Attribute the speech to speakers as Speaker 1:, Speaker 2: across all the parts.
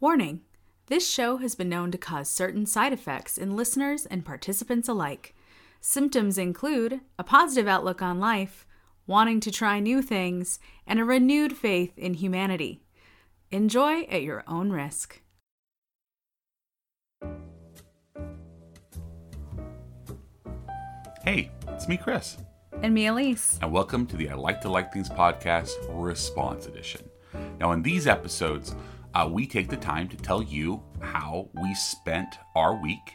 Speaker 1: Warning this show has been known to cause certain side effects in listeners and participants alike. Symptoms include a positive outlook on life, wanting to try new things, and a renewed faith in humanity. Enjoy at your own risk.
Speaker 2: Hey, it's me, Chris,
Speaker 1: And me, Elise.
Speaker 2: and welcome to the I Like to Like Things podcast response edition. Now, in these episodes, uh, we take the time to tell you how we spent our week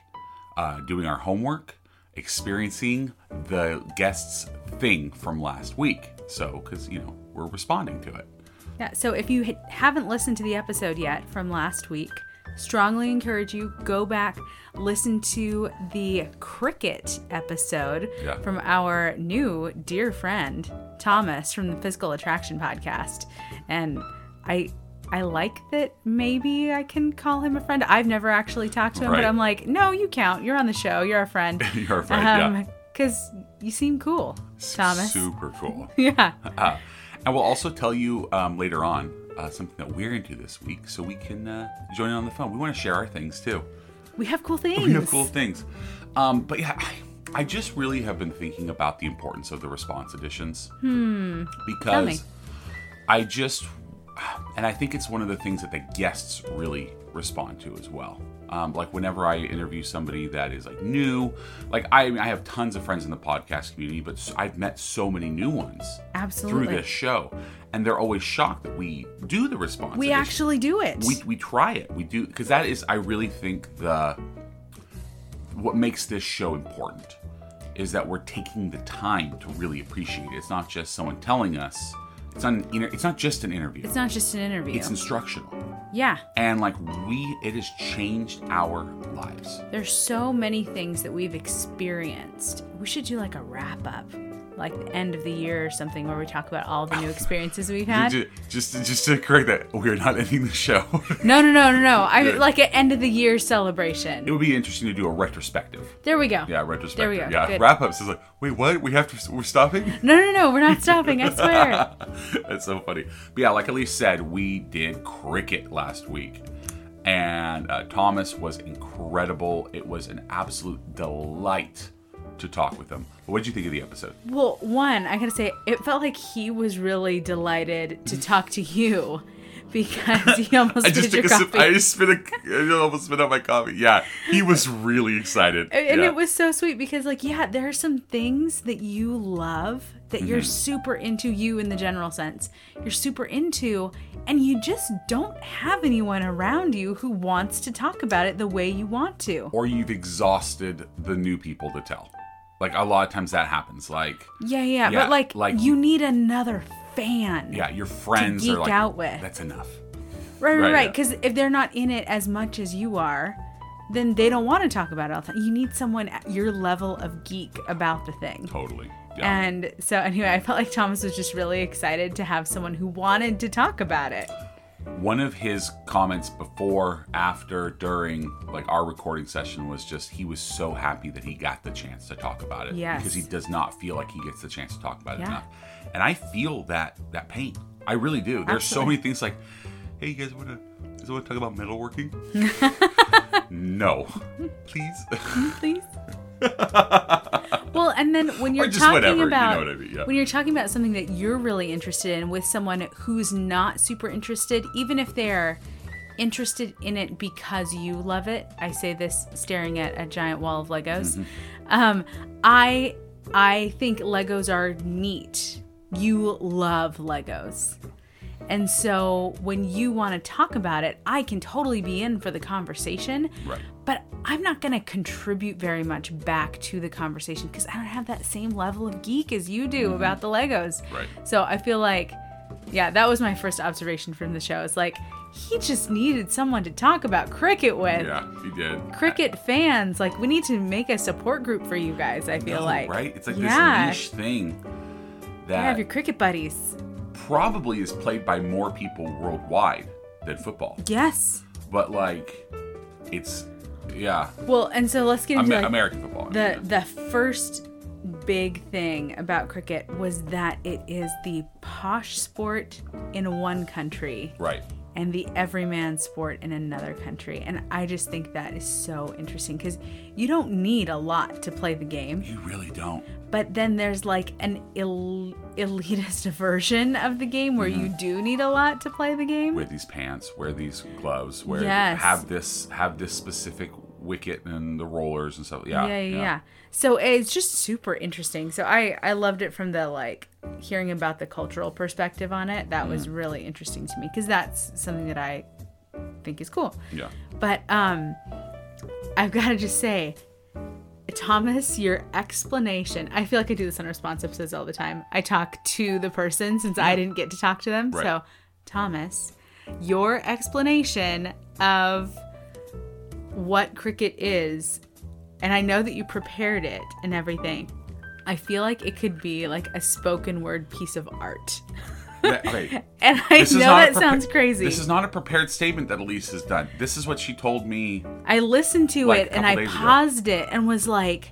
Speaker 2: uh, doing our homework, experiencing the guest's thing from last week. So, because, you know, we're responding to it.
Speaker 1: Yeah, so if you ha- haven't listened to the episode yet from last week, strongly encourage you go back listen to the cricket episode
Speaker 2: Yeah.
Speaker 1: from our new dear friend Thomas from the Physical Attraction podcast. And I I like that maybe I can call him a friend. I've never actually talked to him,
Speaker 2: Right.
Speaker 1: but I'm like, "No, you count. You're on the show. You're a friend."
Speaker 2: You're a friend, yeah.
Speaker 1: Cuz you seem cool,
Speaker 2: S-
Speaker 1: Oh Thomas.
Speaker 2: Super cool.
Speaker 1: yeah.
Speaker 2: Uh, and we'll also tell you um, later on uh, something that we're into this week so we can uh, join in on the phone. We want to share our things too.
Speaker 1: We have cool things.
Speaker 2: We have cool things. Um, but yeah, I, I just really have been thinking about the importance of the response editions. Hmm.
Speaker 1: Tell me.
Speaker 2: Because I just, and I think it's one of the things that the guests really respond to as well. Um, like whenever I interview somebody that is like new, like I, I have tons of friends in the podcast community, but s- I've met so many new ones
Speaker 1: Absolutely.
Speaker 2: through this show, and they're always shocked that we do the response.
Speaker 1: We
Speaker 2: edition
Speaker 1: actually do it.
Speaker 2: we we try it. We do because that is I really think the what makes this show important is that we're taking the time to really appreciate it. It's not just someone telling us. It's not an inter- it's not just an interview.
Speaker 1: it's not just an interview.
Speaker 2: It's instructional.
Speaker 1: yeah.
Speaker 2: And like we it has changed our lives.
Speaker 1: There's so many things that we've experienced. We should do like a wrap up, like the end of the year or something where we talk about all the new experiences we've had.
Speaker 2: Ju- Just just to correct that, we're not ending the show.
Speaker 1: No, no, no, no, no. I
Speaker 2: Yeah.
Speaker 1: mean, like an end of the year
Speaker 2: it
Speaker 1: celebration.
Speaker 2: would be interesting to do a retrospective.
Speaker 1: There we go.
Speaker 2: Yeah, retrospective.
Speaker 1: There we go.
Speaker 2: Yeah,
Speaker 1: Good.
Speaker 2: wrap ups is like, wait, what? We have to. We're stopping.
Speaker 1: No, no, no. We're not stopping. I swear.
Speaker 2: That's so funny. But yeah, like Elise said, we did cricket last week. And uh, Thomas was incredible. It was an absolute delight to talk with him. What did you think of the episode?
Speaker 1: Well, one, I gotta say, it felt like he was really delighted to talk to you because he almost
Speaker 2: I just
Speaker 1: did your
Speaker 2: took a sip.
Speaker 1: coffee.
Speaker 2: I just spit a, I almost spit out my coffee. Yeah, he was really excited.
Speaker 1: And and
Speaker 2: Yeah.
Speaker 1: it was so sweet because, like, yeah, there are some things that you love that you're
Speaker 2: Mm-hmm.
Speaker 1: super into, you in the general sense, you're super into, and you just don't have anyone around you who wants to talk about it the way you want to.
Speaker 2: Or you've exhausted the new people to tell. Like a lot of times that happens. Like
Speaker 1: Yeah, yeah,
Speaker 2: Yeah,
Speaker 1: but like,
Speaker 2: like-
Speaker 1: you need another fan.
Speaker 2: yeah, your friends
Speaker 1: geek
Speaker 2: are like
Speaker 1: out with.
Speaker 2: that's enough.
Speaker 1: Right,
Speaker 2: Right,
Speaker 1: right, right.
Speaker 2: yeah.
Speaker 1: Because if they're not in it as much as you are, then they don't want to talk about it all the time. You need someone at your level of geek about the thing.
Speaker 2: Totally. Yeah.
Speaker 1: And so, anyway, I felt like Thomas was just really excited to have someone who wanted to talk about it.
Speaker 2: one of his comments before, after, during, like our recording session was just he was so happy that he got the chance to talk about it
Speaker 1: Yes.
Speaker 2: because he does not feel like he gets the chance to talk about it
Speaker 1: Yeah.
Speaker 2: enough. And I feel that that pain. I really do. There's so many things like, hey, you guys want to guys want to talk about metalworking? no, please.
Speaker 1: Please. well, and then when you're
Speaker 2: just
Speaker 1: talking
Speaker 2: whatever, you know
Speaker 1: about
Speaker 2: what I mean, yeah.
Speaker 1: when you're talking about something that you're really interested in with someone who's not super interested, even if they're interested in it because you love it. I say this staring at a giant wall of Legos.
Speaker 2: Mm-hmm.
Speaker 1: Um, I I think Legos are neat. You love Legos. And so when you want to talk about it, I can totally be in for the conversation.
Speaker 2: Right.
Speaker 1: But I'm not going to contribute very much back to the conversation because I don't have that same level of geek as you do about the Legos.
Speaker 2: Mm-hmm. Right.
Speaker 1: So I feel like, yeah, that was my first observation from the show. It's like, he just needed someone to talk about cricket with.
Speaker 2: yeah, he did.
Speaker 1: Cricket fans, like, we need to make a support group for you guys, I feel
Speaker 2: No,
Speaker 1: like.
Speaker 2: right? It's like
Speaker 1: yeah.
Speaker 2: this niche thing
Speaker 1: You
Speaker 2: that
Speaker 1: have your cricket buddies.
Speaker 2: probably is played by more people worldwide than football.
Speaker 1: Yes.
Speaker 2: but like it's yeah
Speaker 1: Well, and so let's get into
Speaker 2: Amer-
Speaker 1: like,
Speaker 2: american football I
Speaker 1: the
Speaker 2: mean.
Speaker 1: the first big thing about cricket was that it is the posh sport in one country
Speaker 2: Right.
Speaker 1: and the everyman sport in another country. And I just think that is so interesting because you don't need a lot to play the game.
Speaker 2: You really don't.
Speaker 1: But then there's like an el- elitist version of the game where you do need a lot to play the game.
Speaker 2: Wear these pants. Wear these gloves. Wear
Speaker 1: Yes.
Speaker 2: have this have this specific wicket and the rollers and stuff. Yeah.
Speaker 1: yeah, yeah, yeah. So it's just super interesting. So I I loved it from the like hearing about the cultural perspective on it. That was really interesting to me because that's something that I think is cool.
Speaker 2: Yeah.
Speaker 1: But um I've got to just say Thomas, your explanation. I feel like I do this on response episodes all the time. I talk to the person since I didn't get to talk to them.
Speaker 2: Right.
Speaker 1: So, Thomas, your explanation of what cricket is, and I know that you prepared it and everything. I feel like it could be like a spoken word piece of art.
Speaker 2: That- okay.
Speaker 1: And I
Speaker 2: This is
Speaker 1: know
Speaker 2: not
Speaker 1: that
Speaker 2: a prepa-
Speaker 1: sounds crazy.
Speaker 2: This is not a prepared statement that Elise has done. This is what she told me.
Speaker 1: I listened to it
Speaker 2: Like, a
Speaker 1: and
Speaker 2: couple
Speaker 1: I
Speaker 2: days ago.
Speaker 1: paused it and was like,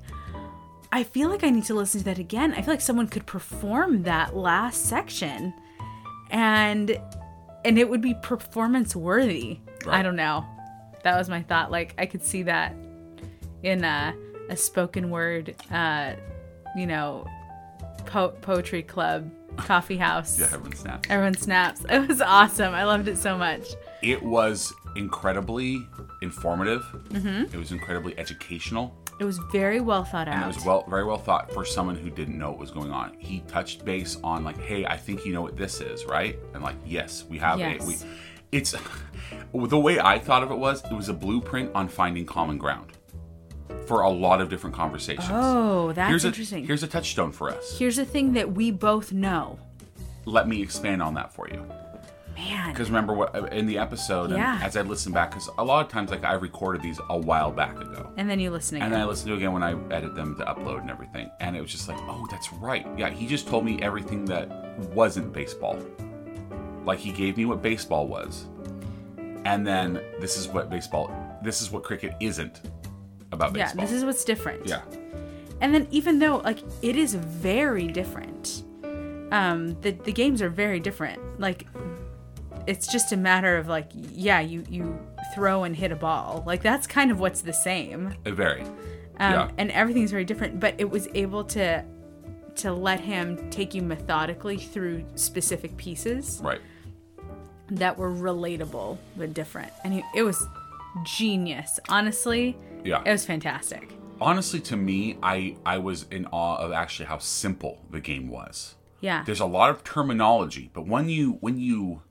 Speaker 1: I feel like I need to listen to that again. I feel like someone could perform that last section and and it would be performance worthy. I
Speaker 2: Right.
Speaker 1: don't know. That was my thought. Like I could see that in a, a spoken word uh you know po- poetry club coffee house.
Speaker 2: Yeah, everyone snaps.
Speaker 1: Everyone snaps. It was awesome. I loved it so much.
Speaker 2: It was incredibly informative. Mm-hmm. It was incredibly educational.
Speaker 1: It was very well thought out.
Speaker 2: And it was well, very well thought for someone who didn't know what was going on. He touched base on like, "Hey, I think you know what this is, right?" And like, "Yes, we have it."
Speaker 1: Yes.
Speaker 2: We, it's the way I thought of it was it was a blueprint on finding common ground for a lot of different conversations.
Speaker 1: Oh, that's
Speaker 2: here's
Speaker 1: interesting.
Speaker 2: A, here's a touchstone for us.
Speaker 1: Here's a thing that we both know.
Speaker 2: Let me expand on that for you.
Speaker 1: Man.
Speaker 2: Because remember what uh, in the episode, and
Speaker 1: Yeah.
Speaker 2: as I listen back, because a lot of times like I recorded these a while back ago.
Speaker 1: And then you listen again.
Speaker 2: And then I listened to it again when I edit them to upload and everything. And it was just like, oh, that's right. Yeah, he just told me everything that wasn't baseball. Like he gave me what baseball was. And then this is what baseball this is what cricket isn't about
Speaker 1: yeah,
Speaker 2: baseball.
Speaker 1: this is what's different.
Speaker 2: yeah.
Speaker 1: And then even though like it is very different. Um the the games are very different. Like it's just a matter of like yeah, you you throw and hit a ball. Like that's kind of what's the same.
Speaker 2: It very.
Speaker 1: Um,
Speaker 2: yeah.
Speaker 1: and everything's very different, but it was able to to let him take you methodically through specific pieces.
Speaker 2: Right.
Speaker 1: that were relatable but different. And he, it was genius. Honestly,
Speaker 2: Yeah.
Speaker 1: it was fantastic.
Speaker 2: Honestly to me, I I was in awe of actually how simple the game was.
Speaker 1: Yeah.
Speaker 2: there's a lot of terminology, but when you when you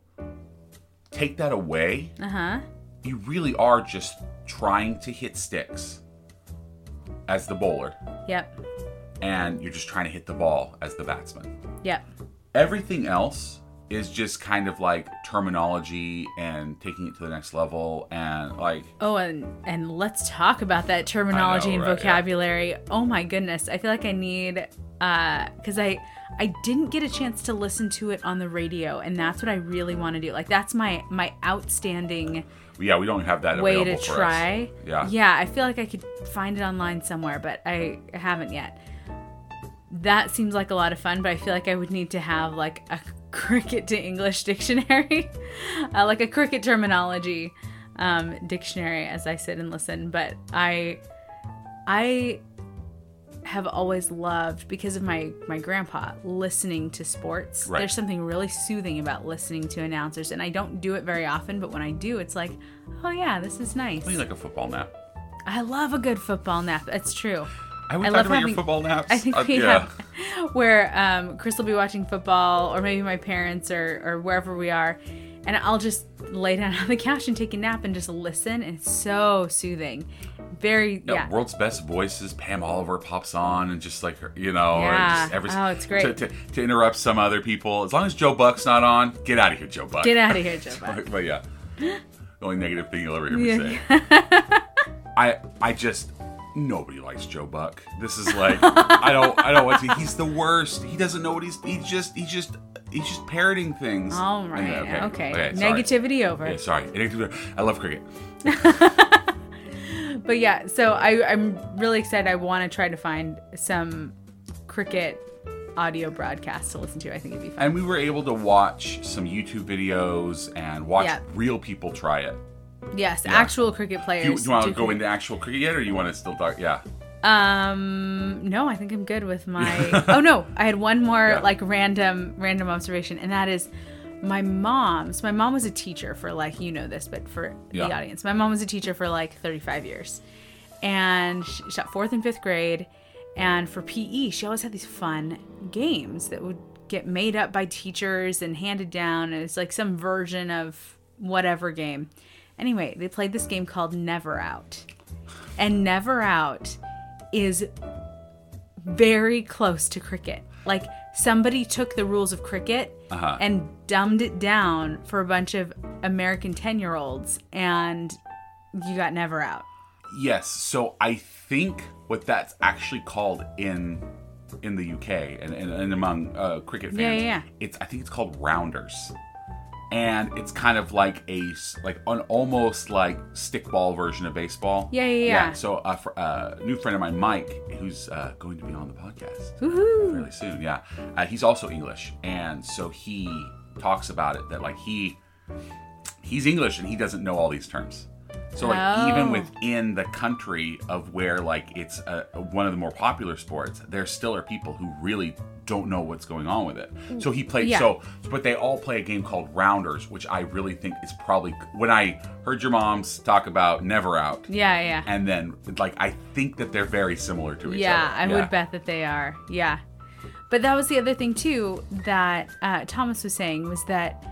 Speaker 2: take that away,
Speaker 1: Uh huh.
Speaker 2: you really are just trying to hit sticks as the bowler,
Speaker 1: Yep.
Speaker 2: and you're just trying to hit the ball as the batsman.
Speaker 1: Yep.
Speaker 2: Everything else is just kind of like terminology and taking it to the next level and like
Speaker 1: Oh, and and let's talk about that terminology
Speaker 2: I know,
Speaker 1: and
Speaker 2: right, yeah.
Speaker 1: vocabulary. Oh my goodness, I feel like I need uh cuz I I didn't get a chance to listen to it on the radio and that's what I really want to do. Like that's my my outstanding
Speaker 2: yeah, we don't have that
Speaker 1: way to
Speaker 2: available for
Speaker 1: try.
Speaker 2: us. Yeah.
Speaker 1: Yeah, I feel like I could find it online somewhere, but I haven't yet. That seems like a lot of fun, but I feel like I would need to have like a cricket to English dictionary, uh, like a cricket terminology um, dictionary as I sit and listen. But I, I have always loved because of my my grandpa listening to sports.
Speaker 2: Right.
Speaker 1: There's something really soothing about listening to announcers, and I don't do it very often. But when I do, it's like, oh yeah, this is nice.
Speaker 2: I mean, like a football nap.
Speaker 1: I love a good football nap. That's true.
Speaker 2: I
Speaker 1: I
Speaker 2: would talk
Speaker 1: love
Speaker 2: about
Speaker 1: having-
Speaker 2: your football naps.
Speaker 1: I think
Speaker 2: Uh,
Speaker 1: we
Speaker 2: yeah.
Speaker 1: have where um, Chris will be watching football, or maybe my parents, or or wherever we are, and I'll just lay down on the couch and take a nap and just listen. And it's so soothing. Very
Speaker 2: Yeah,
Speaker 1: yeah.
Speaker 2: world's best voices. Pam Oliver pops on and just like her, you know,
Speaker 1: Yeah.
Speaker 2: or just every,
Speaker 1: Oh, it's great.
Speaker 2: to, to, to interrupt some other people. As long as Joe Buck's not on, get out of here, Joe Buck.
Speaker 1: Get out of here, Joe. Biden.
Speaker 2: But, but yeah, the only negative thing you'll ever hear me
Speaker 1: Yeah.
Speaker 2: say. I I just nobody likes Joe Buck. This is like I don't I don't want to. He's the worst. He doesn't know what he's. He just he just he's just parroting things.
Speaker 1: All
Speaker 2: Yeah,
Speaker 1: right. Okay.
Speaker 2: sorry.
Speaker 1: Negativity over.
Speaker 2: Yeah, sorry. Negativity- I love cricket.
Speaker 1: But yeah, so I, I'm really excited. I want to try to find some cricket audio broadcast to listen to. I think it'd be fun.
Speaker 2: And we were able to watch some YouTube videos and watch
Speaker 1: Yeah.
Speaker 2: real people try it.
Speaker 1: Yes, actual cricket
Speaker 2: Do you,
Speaker 1: players.
Speaker 2: do you want to
Speaker 1: do
Speaker 2: go into actual cricket yet, or you want to still talk? Yeah.
Speaker 1: Um, no, I think I'm good with my. oh no, I had one more
Speaker 2: Yeah.
Speaker 1: like random random observation, and that is my mom's. My mom was a teacher for like you know this, but for
Speaker 2: Yeah.
Speaker 1: the audience, my mom was a teacher for like 35 years, and she she taught fourth and fifth grade, and for PE, she always had these fun games that would get made up by teachers and handed down, and it's like some version of whatever game. Anyway, they played this game called Never Out and never out is very close to cricket. Like somebody took the rules of cricket
Speaker 2: Uh-huh.
Speaker 1: and dumbed it down for a bunch of American 10 year olds, and you got never out.
Speaker 2: Yes. So I think what that's actually called in in the UK and, and, and among uh, cricket fans,
Speaker 1: Yeah, yeah, yeah.
Speaker 2: it's I think it's called rounders, and it's kind of like a s- like an almost like stickball version of baseball.
Speaker 1: Yeah, yeah, yeah.
Speaker 2: so a fr- uh, new friend of mine, Mike, who's uh, going to be on the podcast
Speaker 1: Woohoo!
Speaker 2: fairly soon. Yeah, uh, he's also English, and so he talks about it that like he he's English and he doesn't know all these terms. So like even
Speaker 1: Oh.
Speaker 2: within the country of where like it's uh one of the more popular sports, there still are people who really don't know what's going on with it. So he played
Speaker 1: Yeah.
Speaker 2: so but they all play a game called rounders, which I really think is probably when I heard your mom's talk about never out
Speaker 1: Yeah, yeah.
Speaker 2: and then like I think that they're very similar to each
Speaker 1: Yeah, I
Speaker 2: other.
Speaker 1: would bet that they are. Yeah. But that was the other thing, too, that uh, Thomas was saying was that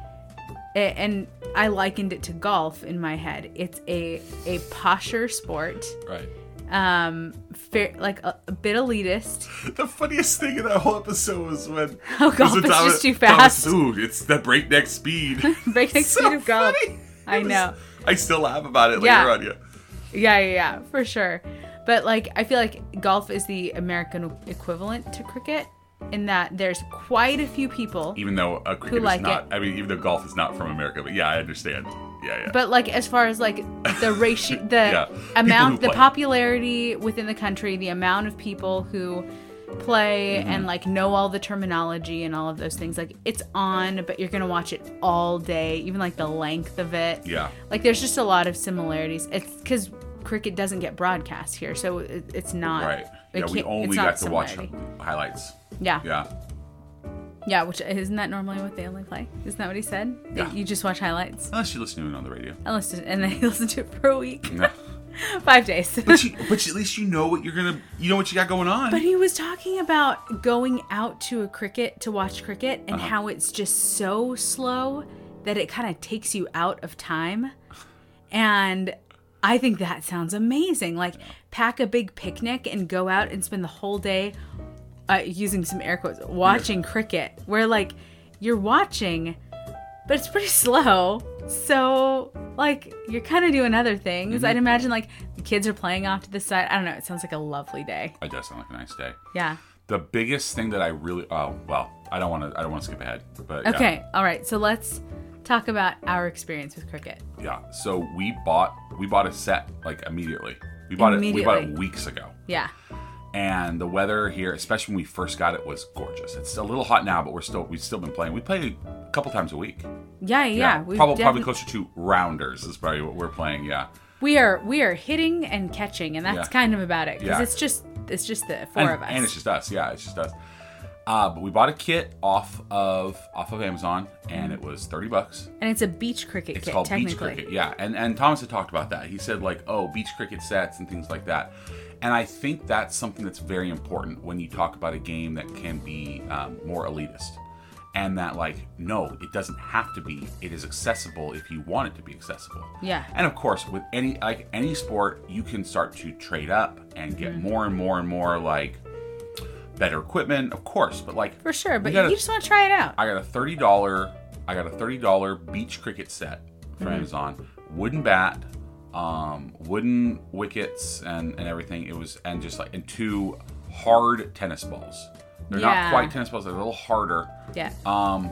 Speaker 1: a- and I likened it to golf in my head. It's a a posher sport,
Speaker 2: Right.
Speaker 1: um, fair, like a, a bit elitist.
Speaker 2: The funniest thing in that whole episode was when
Speaker 1: Oh, golf
Speaker 2: was when
Speaker 1: is
Speaker 2: Thomas-
Speaker 1: just too
Speaker 2: Thomas-
Speaker 1: fast.
Speaker 2: Ooh, it's the breakneck speed.
Speaker 1: Breakneck
Speaker 2: So
Speaker 1: speed of golf.
Speaker 2: funny.
Speaker 1: I
Speaker 2: It was-
Speaker 1: know.
Speaker 2: I still laugh about it
Speaker 1: Yeah.
Speaker 2: later on. Yeah.
Speaker 1: Yeah, yeah, yeah, for sure. But like, I feel like golf is the American equivalent to cricket in that there's quite a few people.
Speaker 2: Even though uh, cricket
Speaker 1: like
Speaker 2: is
Speaker 1: it.
Speaker 2: not. I mean, even though golf is not from America, but yeah, I understand. Yeah, yeah.
Speaker 1: But like, as far as like the ratio, the
Speaker 2: Yeah,
Speaker 1: amount,
Speaker 2: people who
Speaker 1: the
Speaker 2: play.
Speaker 1: popularity within the country, the amount of people who play
Speaker 2: Mm-hmm.
Speaker 1: and like know all the terminology and all of those things, like it's on, but you're gonna watch it all day, even like the length of it.
Speaker 2: yeah.
Speaker 1: Like there's just a lot of similarities. It's because cricket doesn't get broadcast here, so it, it's not
Speaker 2: Right.
Speaker 1: it
Speaker 2: yeah, we
Speaker 1: can't-
Speaker 2: only
Speaker 1: it's not
Speaker 2: got to watch
Speaker 1: similarity.
Speaker 2: highlights.
Speaker 1: Yeah. yeah,
Speaker 2: Yeah.
Speaker 1: Which isn't that normally what they only play? Isn't that what he said?
Speaker 2: Yeah.
Speaker 1: You just watch highlights,
Speaker 2: Unless you listen to it on the radio.
Speaker 1: unless and then you listen to it for a week,
Speaker 2: No.
Speaker 1: five days.
Speaker 2: but, you, but you- at least you know what you're gonna. You know what you got going on.
Speaker 1: But he was talking about going out to a cricket to watch cricket and how it's just so slow that it kind of takes you out of time. And I think that sounds amazing. Like, pack a big picnic and go out and spend the whole day uh, using some air quotes watching cricket, where like you're watching, but it's pretty slow. So, like, you're kind of doing other things. I'd imagine, like, the kids are playing off to the side. I don't know. It sounds like a lovely day.
Speaker 2: it does sound like a nice day.
Speaker 1: Yeah.
Speaker 2: The biggest thing that I really. Oh well, I don't want to. I don't want to skip ahead. But yeah.
Speaker 1: Okay. All right. So let's talk about our experience with cricket.
Speaker 2: Yeah. So we bought we bought a set like immediately. We bought it we bought it
Speaker 1: Immediately.
Speaker 2: weeks ago.
Speaker 1: Yeah.
Speaker 2: And the weather here, especially when we first got it, was gorgeous. It's a little hot now, but we're still we've still been playing. We play a couple times a week.
Speaker 1: Yeah. Yeah. yeah.
Speaker 2: probably
Speaker 1: We've
Speaker 2: probably
Speaker 1: defi-
Speaker 2: closer to rounders is probably what we're playing. Yeah.
Speaker 1: we are we are hitting and catching, and that's
Speaker 2: Yeah.
Speaker 1: kind of about it because
Speaker 2: Yeah.
Speaker 1: it's just it's just the four
Speaker 2: and,
Speaker 1: of us.
Speaker 2: and it's just us. Yeah, it's just us. Uh, but we bought a kit off of off of Amazon, and it was thirty bucks.
Speaker 1: And it's a beach cricket
Speaker 2: It's
Speaker 1: kit,
Speaker 2: called
Speaker 1: technically.
Speaker 2: beach cricket. Yeah, and and Thomas had talked about that. He said like, oh, beach cricket sets and things like that. And I think that's something that's very important when you talk about a game that can be um, more elitist, and that like, no, it doesn't have to be. It is accessible if you want it to be accessible.
Speaker 1: Yeah.
Speaker 2: And of course, with any like any sport, you can start to trade up and get more and more and more like better equipment, of course. But like
Speaker 1: For sure, but
Speaker 2: gotta-
Speaker 1: you just want to try it out.
Speaker 2: I got a thirty dollar I got a thirty dollar beach cricket set from Amazon. Wooden bat, um, wooden wickets and, and everything. It was and just like and two hard tennis balls. They're
Speaker 1: Yeah.
Speaker 2: not quite tennis balls, they're a little harder.
Speaker 1: yeah.
Speaker 2: Um,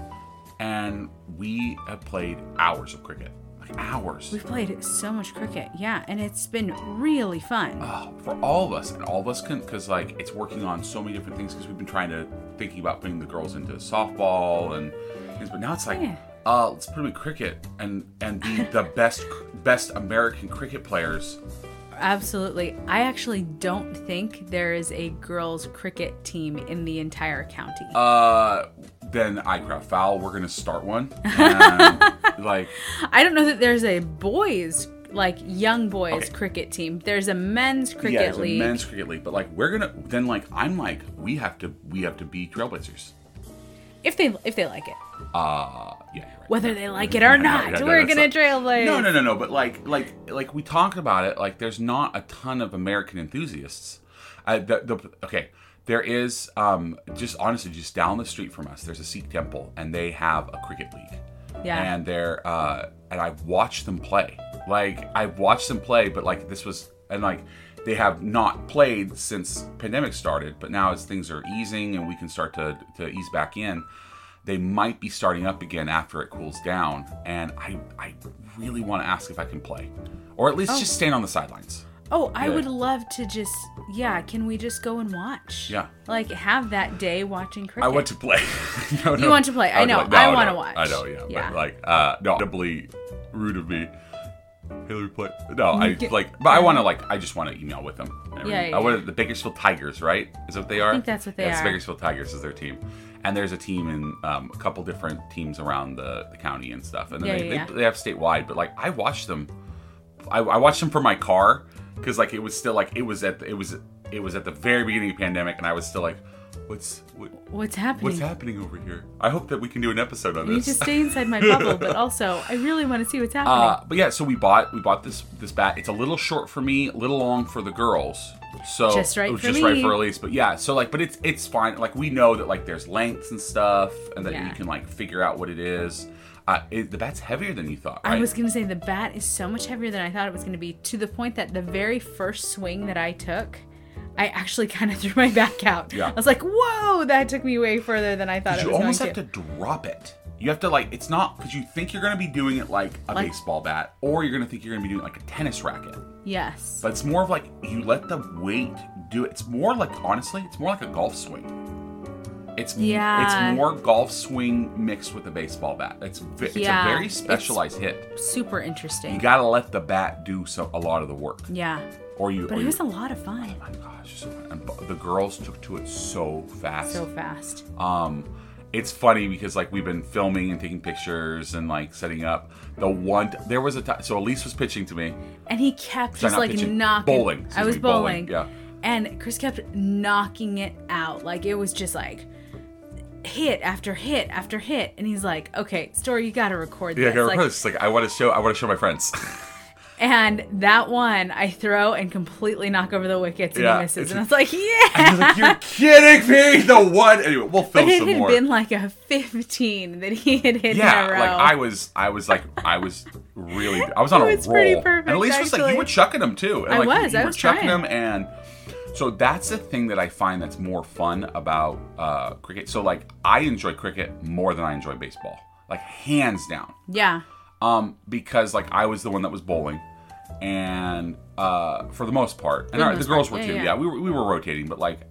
Speaker 2: and we have played hours of cricket. Like hours.
Speaker 1: We've played so much cricket, yeah, and it's been really fun.
Speaker 2: Oh, for all of us, and all of us can, because like it's working on so many different things. Because we've been trying to thinking about putting the girls into softball and things, but now it's like,
Speaker 1: Yeah.
Speaker 2: uh, let's put them in cricket and and be the best best American cricket players.
Speaker 1: Absolutely. I actually don't think there is a girls' cricket team in the entire county.
Speaker 2: Uh, then I crowd foul. We're gonna start one. And, like
Speaker 1: I don't know that there's a boys like young boys
Speaker 2: Okay.
Speaker 1: cricket team. There's a men's cricket
Speaker 2: yeah, it's a
Speaker 1: league.
Speaker 2: men's cricket league. But like we're gonna then like I'm like we have to we have to be trailblazers.
Speaker 1: if they if they like it,
Speaker 2: Uh, yeah. you're right.
Speaker 1: whether they like it or
Speaker 2: No,
Speaker 1: not,
Speaker 2: no, no,
Speaker 1: we're
Speaker 2: that's
Speaker 1: gonna
Speaker 2: not-
Speaker 1: trailblaze.
Speaker 2: No, no, no, no. But like, like, like we talked about it. Like, there's not a ton of American enthusiasts. Uh, the, the okay, there is. Um, just honestly, just down the street from us, there's a Sikh temple, and they have a cricket league.
Speaker 1: Yeah.
Speaker 2: And they're uh, and I've watched them play. Like I've watched them play, but like this was and like they have not played since pandemic started. But now as things are easing and we can start to to ease back in. They might be starting up again after it cools down, and I, I really want to ask if I can play, or at least just stand on the sidelines.
Speaker 1: Oh, I
Speaker 2: Yeah.
Speaker 1: would love to just yeah. Can we just go and watch?
Speaker 2: Yeah.
Speaker 1: Like have that day watching cricket.
Speaker 2: I want to play. no, no.
Speaker 1: You want to play. I
Speaker 2: would
Speaker 1: know.
Speaker 2: like-
Speaker 1: I
Speaker 2: no,
Speaker 1: wanna
Speaker 2: no.
Speaker 1: watch.
Speaker 2: I know. Yeah.
Speaker 1: Yeah.
Speaker 2: But like, uh, no, doubly rude of me. Hillary play. No, I like, but I want to like. I just want to email with them. and everything.
Speaker 1: Yeah, yeah,
Speaker 2: I want the Bakersfield Tigers, right? Is what they are. I
Speaker 1: think that's what they
Speaker 2: yeah, it's
Speaker 1: are.
Speaker 2: Bakersfield Tigers is their team, and there's a team in um, a couple different teams around the, the county and stuff, and then
Speaker 1: Yeah,
Speaker 2: they,
Speaker 1: yeah,
Speaker 2: they,
Speaker 1: yeah.
Speaker 2: they have statewide. But like, I watched them. I, I watched them from my car because like it was still like it was at the, it was it was at the very beginning of the pandemic, and I was still like, what's what,
Speaker 1: What's happening?
Speaker 2: What's happening over here? I hope that we can do an episode on
Speaker 1: You
Speaker 2: this.
Speaker 1: just stay inside my bubble, but also I really want to see what's happening.
Speaker 2: uh, but yeah, so we bought we bought this this bat. It's a little short for me, a little long for the girls. So
Speaker 1: Just right
Speaker 2: it was
Speaker 1: for
Speaker 2: just right
Speaker 1: me.
Speaker 2: for Elise. But yeah, so like, but it's it's fine. Like we know that like there's lengths and stuff, and that
Speaker 1: Yeah.
Speaker 2: you can like figure out what it is. Uh, it, the bat's heavier than you thought, right?
Speaker 1: I was gonna say the bat is so much heavier than I thought it was gonna be, to the point that the very first swing that I took, I actually kind of threw my back out.
Speaker 2: Yeah.
Speaker 1: I was like, "Whoa, that took me way further than I thought it
Speaker 2: you
Speaker 1: was
Speaker 2: almost
Speaker 1: going
Speaker 2: have to drop it. You have to like it's not because you think you're gonna be doing it like a
Speaker 1: Like-
Speaker 2: baseball bat, or you're gonna think you're gonna be doing it like a tennis racket.
Speaker 1: Yes.
Speaker 2: But it's more of like you let the weight do it. It's more like honestly, it's more like a golf swing. It's
Speaker 1: Yeah.
Speaker 2: it's more golf swing mixed with a baseball bat. It's ve- it's
Speaker 1: Yeah,
Speaker 2: a very
Speaker 1: it's-
Speaker 2: specialized hit.
Speaker 1: Super
Speaker 2: You
Speaker 1: interesting.
Speaker 2: gotta let the bat do so a lot of the work,
Speaker 1: yeah.
Speaker 2: or you.
Speaker 1: But
Speaker 2: or
Speaker 1: it
Speaker 2: you-
Speaker 1: was a lot of fun.
Speaker 2: oh my gosh, so- and bu- the girls took to it so fast.
Speaker 1: So fast.
Speaker 2: Um, it's funny because like we've been filming and taking pictures and like setting up. The one there was a time. So Elise was pitching to me.
Speaker 1: And he kept
Speaker 2: Sorry,
Speaker 1: just
Speaker 2: not
Speaker 1: like
Speaker 2: pitching.
Speaker 1: knocking.
Speaker 2: Bowling,
Speaker 1: I
Speaker 2: excuse
Speaker 1: was
Speaker 2: me, bowling,
Speaker 1: bowling.
Speaker 2: yeah.
Speaker 1: And Chris kept knocking it out. Like it was just like hit after hit after hit. And he's like, "Okay, story, you gotta record
Speaker 2: Yeah,
Speaker 1: this."
Speaker 2: I got
Speaker 1: Like,
Speaker 2: requests, Like I want to show. I want to show my friends.
Speaker 1: And that one I throw and completely knock over the wickets and
Speaker 2: Yeah,
Speaker 1: he misses.
Speaker 2: it's
Speaker 1: And I
Speaker 2: a-
Speaker 1: was like, yeah.
Speaker 2: He's like, You're kidding me! The one anyway, we'll
Speaker 1: But
Speaker 2: film
Speaker 1: it
Speaker 2: some
Speaker 1: had
Speaker 2: more.
Speaker 1: been like a 15 that he had hit
Speaker 2: yeah,
Speaker 1: in a row.
Speaker 2: like I was I was like I was really I was on
Speaker 1: It
Speaker 2: a
Speaker 1: was
Speaker 2: roll.
Speaker 1: pretty perfect,
Speaker 2: and Elise was like,
Speaker 1: actually.
Speaker 2: you were chucking them too. And
Speaker 1: I
Speaker 2: like, you-
Speaker 1: was,
Speaker 2: you
Speaker 1: I
Speaker 2: were
Speaker 1: was
Speaker 2: chucking
Speaker 1: trying.
Speaker 2: them and so that's the thing that I find that's more fun about uh, cricket. So like I enjoy cricket more than I enjoy baseball. Like hands down.
Speaker 1: yeah.
Speaker 2: Um, because like I was the one that was bowling, and uh, for the most part, and
Speaker 1: the
Speaker 2: our, the
Speaker 1: most
Speaker 2: girls
Speaker 1: part,
Speaker 2: were
Speaker 1: yeah,
Speaker 2: too.
Speaker 1: yeah.
Speaker 2: Yeah, we were we were rotating, but like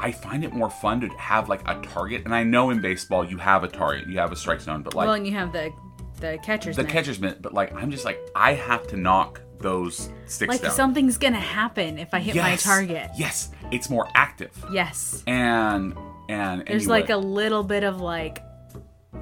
Speaker 2: I find it more fun to have like a target. And I know in baseball you have a target, you have a strike zone, but like
Speaker 1: well, and you have the the catcher's
Speaker 2: the
Speaker 1: mitt.
Speaker 2: catcher's mitt. But like I'm just like I have to knock those sticks
Speaker 1: Like
Speaker 2: down.
Speaker 1: something's gonna happen if I hit my target.
Speaker 2: Yes, it's more active,
Speaker 1: Yes.
Speaker 2: and and
Speaker 1: There's
Speaker 2: anyway,
Speaker 1: like a little bit of like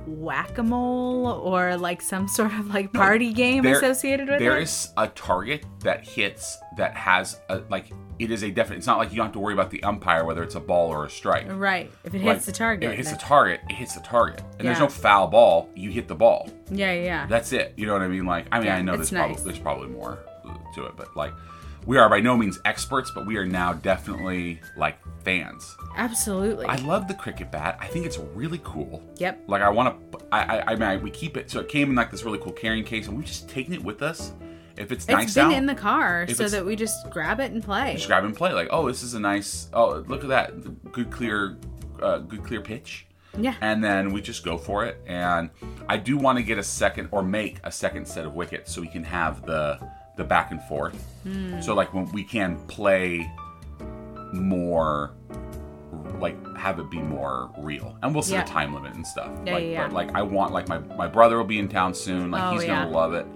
Speaker 1: whack-a-mole or like some sort of like party game
Speaker 2: there-
Speaker 1: associated with
Speaker 2: There
Speaker 1: it.
Speaker 2: is a target that hits that has a like it is a definite. It's not like you don't have to worry about the umpire whether it's a ball or a strike.
Speaker 1: right. If it hits
Speaker 2: Like,
Speaker 1: the target.
Speaker 2: If it hits the
Speaker 1: then-
Speaker 2: target. It hits the target, and there's
Speaker 1: Yeah.
Speaker 2: no foul ball. You hit the ball.
Speaker 1: yeah, yeah, yeah.
Speaker 2: That's it. You know what I mean? Like I mean
Speaker 1: Yeah,
Speaker 2: I know
Speaker 1: it's
Speaker 2: there's
Speaker 1: nice.
Speaker 2: probably there's probably more to it, but like we are by no means experts, but we are now definitely like fans.
Speaker 1: Absolutely.
Speaker 2: I love the cricket bat. I think it's really cool.
Speaker 1: Yep.
Speaker 2: Like I want to. I, I I mean I, we keep it so it came in like this really cool carrying case, and we've just taken it with us. If it's, nice
Speaker 1: It's been
Speaker 2: out,
Speaker 1: in the car so
Speaker 2: it's-
Speaker 1: that we just grab it and play.
Speaker 2: just grab and play. Like, oh, this is a nice. Oh, look at that. Good clear, uh, good clear pitch.
Speaker 1: Yeah.
Speaker 2: And then we just go for it. And I do want to get a second or make a second set of wickets so we can have the the back and forth.
Speaker 1: Hmm.
Speaker 2: So like when we can play more like have it be more real. And we'll set
Speaker 1: Yeah.
Speaker 2: a time limit and stuff.
Speaker 1: Yeah,
Speaker 2: like
Speaker 1: yeah, yeah.
Speaker 2: but like I want like my my brother will be in town soon. Like
Speaker 1: Oh,
Speaker 2: he's
Speaker 1: yeah.
Speaker 2: gonna love it.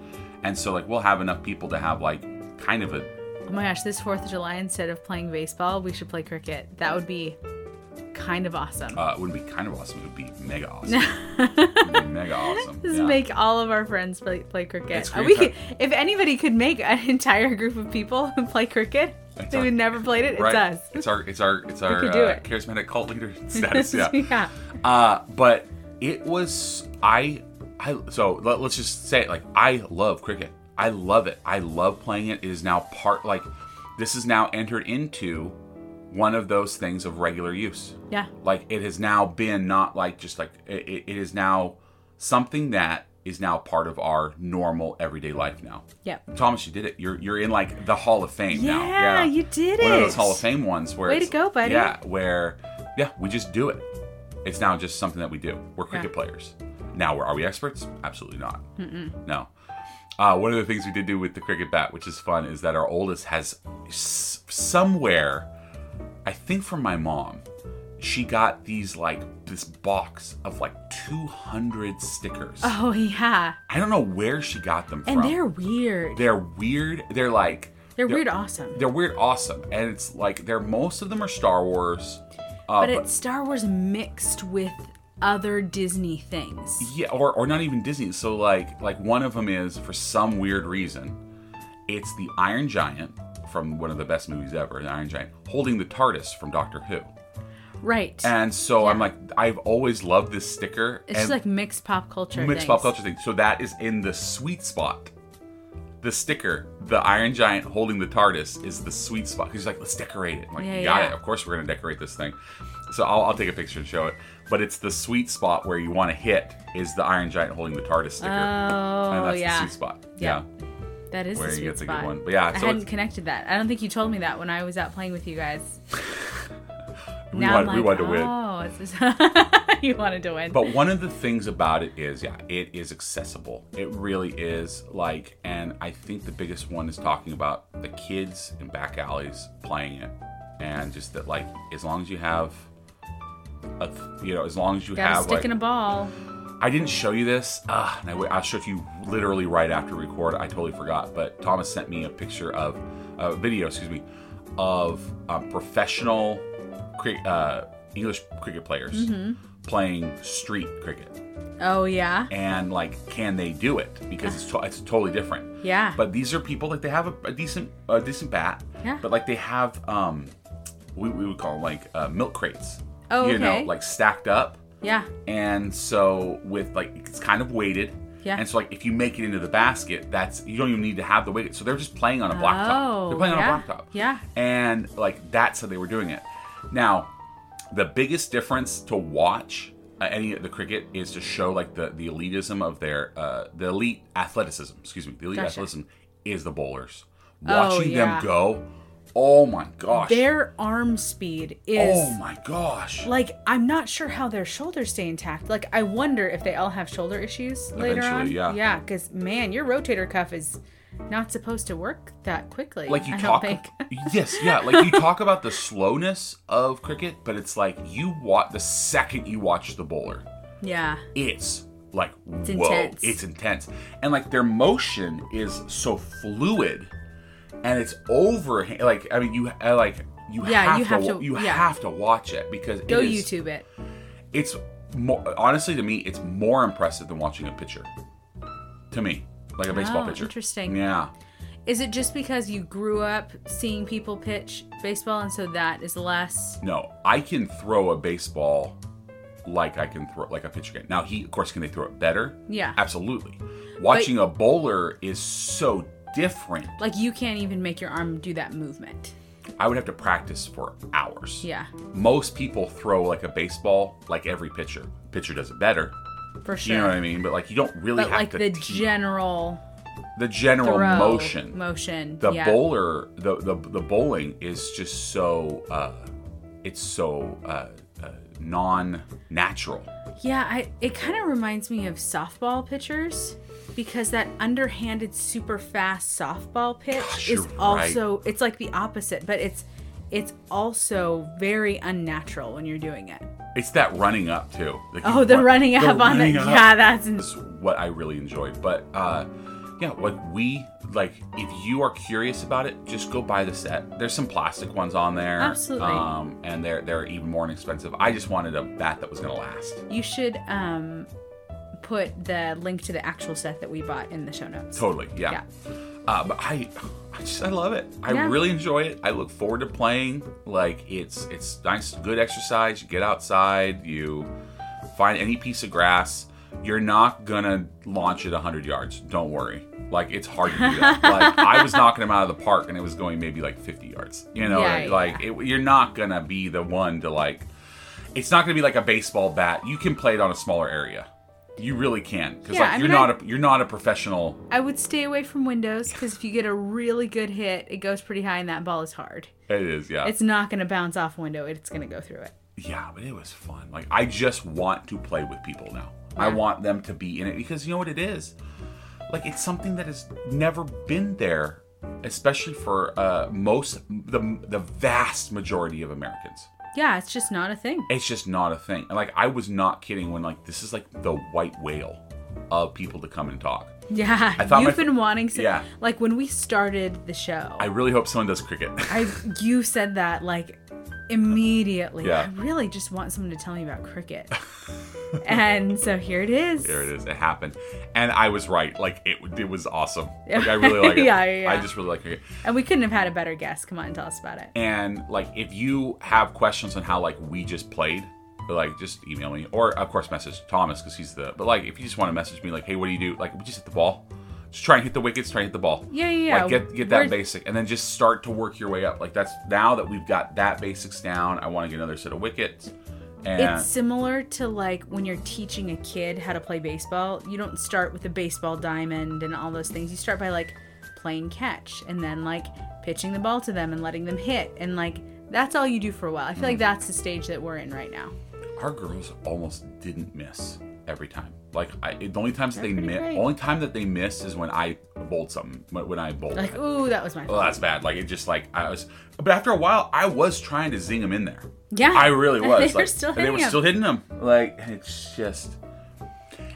Speaker 2: And so like we'll have enough people to have like kind of a
Speaker 1: Oh my gosh, this 4th of July, instead of playing baseball, we should play cricket. That would be kind of awesome.
Speaker 2: uh, it wouldn't be kind of awesome, it would be mega awesome. It would be mega awesome.
Speaker 1: Just
Speaker 2: Yeah.
Speaker 1: make all of our friends play, play cricket.
Speaker 2: It's
Speaker 1: Uh,
Speaker 2: great
Speaker 1: We
Speaker 2: time.
Speaker 1: could, if anybody could make an entire group of people who play cricket,
Speaker 2: It's
Speaker 1: they
Speaker 2: our-
Speaker 1: would never played it.
Speaker 2: right.
Speaker 1: It's us.
Speaker 2: It's our it's our it's our
Speaker 1: could do
Speaker 2: uh,
Speaker 1: it.
Speaker 2: charismatic cult leader status. Yeah.
Speaker 1: yeah.
Speaker 2: Uh, but it was I I so let, us just say it like I love cricket. I love it. I love playing it. It is now part like this is now entered into one of those things of regular use.
Speaker 1: Yeah.
Speaker 2: Like it has now been not like just like it, it- it is now something that is now part of our normal everyday life now.
Speaker 1: Yep.
Speaker 2: Thomas, you did it. You're you're in like the Hall of Fame now.
Speaker 1: Yeah, you did
Speaker 2: One of
Speaker 1: it.
Speaker 2: those Hall of Fame ones where
Speaker 1: Way to
Speaker 2: it's-
Speaker 1: go, buddy.
Speaker 2: Yeah, where yeah, we just do it. It's now just something that we do. We're cricket
Speaker 1: Yeah.
Speaker 2: players. Now, we're, are we experts? Absolutely not. No. Uh, one of the things we did do with the cricket bat, which is fun, is that our oldest has s- somewhere, I think from my mom, she got these like this box of like 200 stickers.
Speaker 1: Oh yeah.
Speaker 2: I don't know where she got them
Speaker 1: And
Speaker 2: from.
Speaker 1: they're weird. They're,
Speaker 2: they're weird. They're like
Speaker 1: weird awesome.
Speaker 2: they're weird awesome and it's like they're most of them are star wars uh,
Speaker 1: but it's Star Wars mixed with other Disney things.
Speaker 2: yeah or, or not even disney so like like one of them is for some weird reason it's the iron giant from one of the best movies ever the iron giant holding the tardis from doctor who
Speaker 1: Right.
Speaker 2: and so i'm like i've always loved this sticker
Speaker 1: it's
Speaker 2: and
Speaker 1: just like mixed pop culture.
Speaker 2: mixed
Speaker 1: things.
Speaker 2: pop culture thing so that is in the sweet spot the sticker, the Iron Giant holding the TARDIS, is the sweet spot. He's like, let's decorate it. I'm like,
Speaker 1: Yeah,
Speaker 2: got
Speaker 1: yeah.
Speaker 2: it. Of course, we're gonna decorate this thing. So I'll, I'll take a picture and show it. But it's the sweet spot where you want to hit is the Iron Giant holding the TARDIS sticker, and
Speaker 1: Oh
Speaker 2: that's the
Speaker 1: yeah.
Speaker 2: sweet spot.
Speaker 1: Yeah.
Speaker 2: Yeah,
Speaker 1: That is
Speaker 2: where
Speaker 1: the
Speaker 2: you
Speaker 1: sweet
Speaker 2: get to get
Speaker 1: spot.
Speaker 2: one. But yeah,
Speaker 1: I
Speaker 2: so
Speaker 1: hadn't
Speaker 2: it's-
Speaker 1: connected that. I don't think you told me that when I was out playing with you guys.
Speaker 2: we
Speaker 1: now I'm
Speaker 2: want
Speaker 1: like,
Speaker 2: we want to win.
Speaker 1: oh, it's just- you wanted to win.
Speaker 2: But one of the things about it is, yeah, it is accessible. It really is. Like, and I think the biggest one is talking about the kids in back alleys playing it, and just that, like, as long as you have, a, th- you know, as long as you
Speaker 1: Got a
Speaker 2: have,
Speaker 1: stick
Speaker 2: like,
Speaker 1: and a ball.
Speaker 2: I didn't show you this. Uh, and I, w- I'll show it to you literally right after record. I totally forgot. But Thomas sent me a picture of a video, excuse me, of um, professional cri- uh, English cricket players
Speaker 1: Mm-hmm.
Speaker 2: playing street cricket.
Speaker 1: Oh yeah.
Speaker 2: And like, can they do it? Because it's, to- it's totally different.
Speaker 1: Yeah.
Speaker 2: But these are people like they have a, a decent a decent bat.
Speaker 1: Yeah.
Speaker 2: But like they have um, we, we would call them like uh, milk crates.
Speaker 1: Oh,
Speaker 2: You know,
Speaker 1: okay.
Speaker 2: like stacked up
Speaker 1: yeah.
Speaker 2: and so with like it's kind of weighted
Speaker 1: Yeah.
Speaker 2: and so like if you make it into the basket that's you don't even need to have the weight so they're just playing on a blacktop
Speaker 1: Oh,
Speaker 2: they're playing
Speaker 1: yeah,
Speaker 2: on a blacktop
Speaker 1: yeah.
Speaker 2: and like that's how they were doing it now the biggest difference to watch uh, any of the cricket is to show like the the elitism of their uh the elite athleticism excuse me the elite
Speaker 1: Gotcha.
Speaker 2: athleticism is the bowlers
Speaker 1: Oh,
Speaker 2: watching
Speaker 1: yeah.
Speaker 2: them go oh my gosh
Speaker 1: Their arm speed is
Speaker 2: oh my gosh
Speaker 1: like I'm not sure how their shoulders stay intact. Like I wonder if they all have shoulder issues later
Speaker 2: Eventually,
Speaker 1: on.
Speaker 2: yeah.
Speaker 1: Yeah, because man, your rotator cuff is not supposed to work that quickly.
Speaker 2: like you
Speaker 1: I
Speaker 2: talk
Speaker 1: Don't think.
Speaker 2: yes yeah like you talk about the slowness of cricket but it's like you watch the second you watch the bowler
Speaker 1: yeah.
Speaker 2: it's like
Speaker 1: It's
Speaker 2: whoa
Speaker 1: intense.
Speaker 2: it's intense and like their motion is so fluid and it's over like i mean you I, like you
Speaker 1: Yeah,
Speaker 2: have
Speaker 1: you
Speaker 2: to,
Speaker 1: have
Speaker 2: wa-
Speaker 1: to-
Speaker 2: you
Speaker 1: yeah.
Speaker 2: have to watch it because it
Speaker 1: Go
Speaker 2: is-
Speaker 1: YouTube it.
Speaker 2: it's more honestly to me it's more impressive than watching a pitcher to me like a baseball
Speaker 1: Oh,
Speaker 2: pitcher
Speaker 1: interesting.
Speaker 2: yeah
Speaker 1: Is it just because you grew up seeing people pitch baseball and so that is less?
Speaker 2: No, I can throw a baseball like I can throw like a pitcher can. Now he, of course, can they throw it better?
Speaker 1: Yeah.
Speaker 2: absolutely. Watching a bowler is so different.
Speaker 1: Like you can't even make your arm do that movement.
Speaker 2: I would have to practice for hours.
Speaker 1: Yeah,
Speaker 2: Most people throw like a baseball like every pitcher. Pitcher does it better.
Speaker 1: for sure.
Speaker 2: You know what I mean? But like you don't really
Speaker 1: but
Speaker 2: have
Speaker 1: like
Speaker 2: to
Speaker 1: the
Speaker 2: teach
Speaker 1: general
Speaker 2: the general
Speaker 1: throw
Speaker 2: motion.
Speaker 1: motion.
Speaker 2: the
Speaker 1: yeah.
Speaker 2: bowler the, the the bowling is just so uh it's so uh, uh non natural.
Speaker 1: Yeah, I, it kind of reminds me of softball pitchers because that underhanded, super fast softball pitch
Speaker 2: Gosh,
Speaker 1: is
Speaker 2: you're
Speaker 1: also it's like the opposite, but it's it's also very unnatural when you're doing it.
Speaker 2: It's that running up too. Like
Speaker 1: Oh,
Speaker 2: you
Speaker 1: the
Speaker 2: run-
Speaker 1: running up on
Speaker 2: running
Speaker 1: it.
Speaker 2: up.
Speaker 1: Yeah, that's
Speaker 2: is what I really enjoyed. But uh, yeah, what we like, if you are curious about it, just go buy the set. There's some plastic ones on there,
Speaker 1: Absolutely.
Speaker 2: um, and they're they're even more inexpensive. I just wanted a bat that was gonna last.
Speaker 1: you should um put the link to the actual set that we bought in the show notes.
Speaker 2: Totally, yeah.
Speaker 1: Yeah.
Speaker 2: Uh, but I, I just I love it. I
Speaker 1: Yeah.
Speaker 2: really enjoy it. I look forward to playing. Like it's it's nice, good exercise. You get outside. You find any piece of grass. You're not gonna launch it 100 yards. Don't worry. Like it's hard to do that. like I was knocking them out of the park, and it was going maybe like 50 yards. You know,
Speaker 1: Yeah,
Speaker 2: like It, you're not gonna be the one to like. It's not gonna be like a baseball bat. You can play it on a smaller area. You really can, because
Speaker 1: Yeah,
Speaker 2: like
Speaker 1: I
Speaker 2: you're
Speaker 1: mean, I-
Speaker 2: not a you're not a professional
Speaker 1: I would stay away from windows because if you get a really good hit, it goes pretty high and that ball is hard.
Speaker 2: It is, yeah.
Speaker 1: It's not going to bounce off a window. It's going to go through it.
Speaker 2: yeah, but it was fun. Like I just want to play with people now. I want them to be in it because you know what it is? Like it's something that has never been there, especially for uh most the the vast majority of Americans.
Speaker 1: Yeah, it's just not a thing.
Speaker 2: It's just not a thing. And like I was not kidding when like this is like the white whale of people to come and talk.
Speaker 1: Yeah,
Speaker 2: I thought
Speaker 1: you've
Speaker 2: my-
Speaker 1: been wanting. To,
Speaker 2: Yeah.
Speaker 1: like when we started the show, I,
Speaker 2: I really hope someone does cricket.
Speaker 1: you said that like immediately.
Speaker 2: Yeah.
Speaker 1: I really just want someone to tell me about cricket, and so here it is.
Speaker 2: There it is. It happened, and I was right. Like it, it was awesome. Like I really like it.
Speaker 1: Yeah, yeah, yeah.
Speaker 2: I just really like it.
Speaker 1: And we couldn't have had a better guest. Come on, and tell us about it.
Speaker 2: And like, if you have questions on how like we just played, like just email me, or of course message Thomas because he's the. But like, if you just want to message me, like, hey, what do you do? Like, we just hit the ball. Just try and hit the wickets. Try and hit the ball.
Speaker 1: Yeah, yeah, yeah.
Speaker 2: Like get get that
Speaker 1: We're-
Speaker 2: basic, and then just start to work your way up. Like that's now that we've got that basics down. I want to get another set of wickets. And
Speaker 1: It's similar to like when you're teaching a kid how to play baseball. You don't start with a baseball diamond and all those things. You start by like playing catch and then like pitching the ball to them and letting them hit and like that's all you do for a while. I feel like that's the stage that we're in right now.
Speaker 2: our girls almost didn't miss every time. Like I, the only times that they
Speaker 1: pretty
Speaker 2: miss,
Speaker 1: great.
Speaker 2: only time that they miss is when I bowled something. When when I bowled,
Speaker 1: Like, ooh, that was my
Speaker 2: well,
Speaker 1: fault.
Speaker 2: that's bad. Like it just like I was, but after a while, I was trying to zing them in there.
Speaker 1: Yeah.
Speaker 2: I really
Speaker 1: They
Speaker 2: was.
Speaker 1: were
Speaker 2: like,
Speaker 1: still
Speaker 2: and they
Speaker 1: hitting
Speaker 2: were
Speaker 1: 'em.
Speaker 2: still hitting them. Like it's just.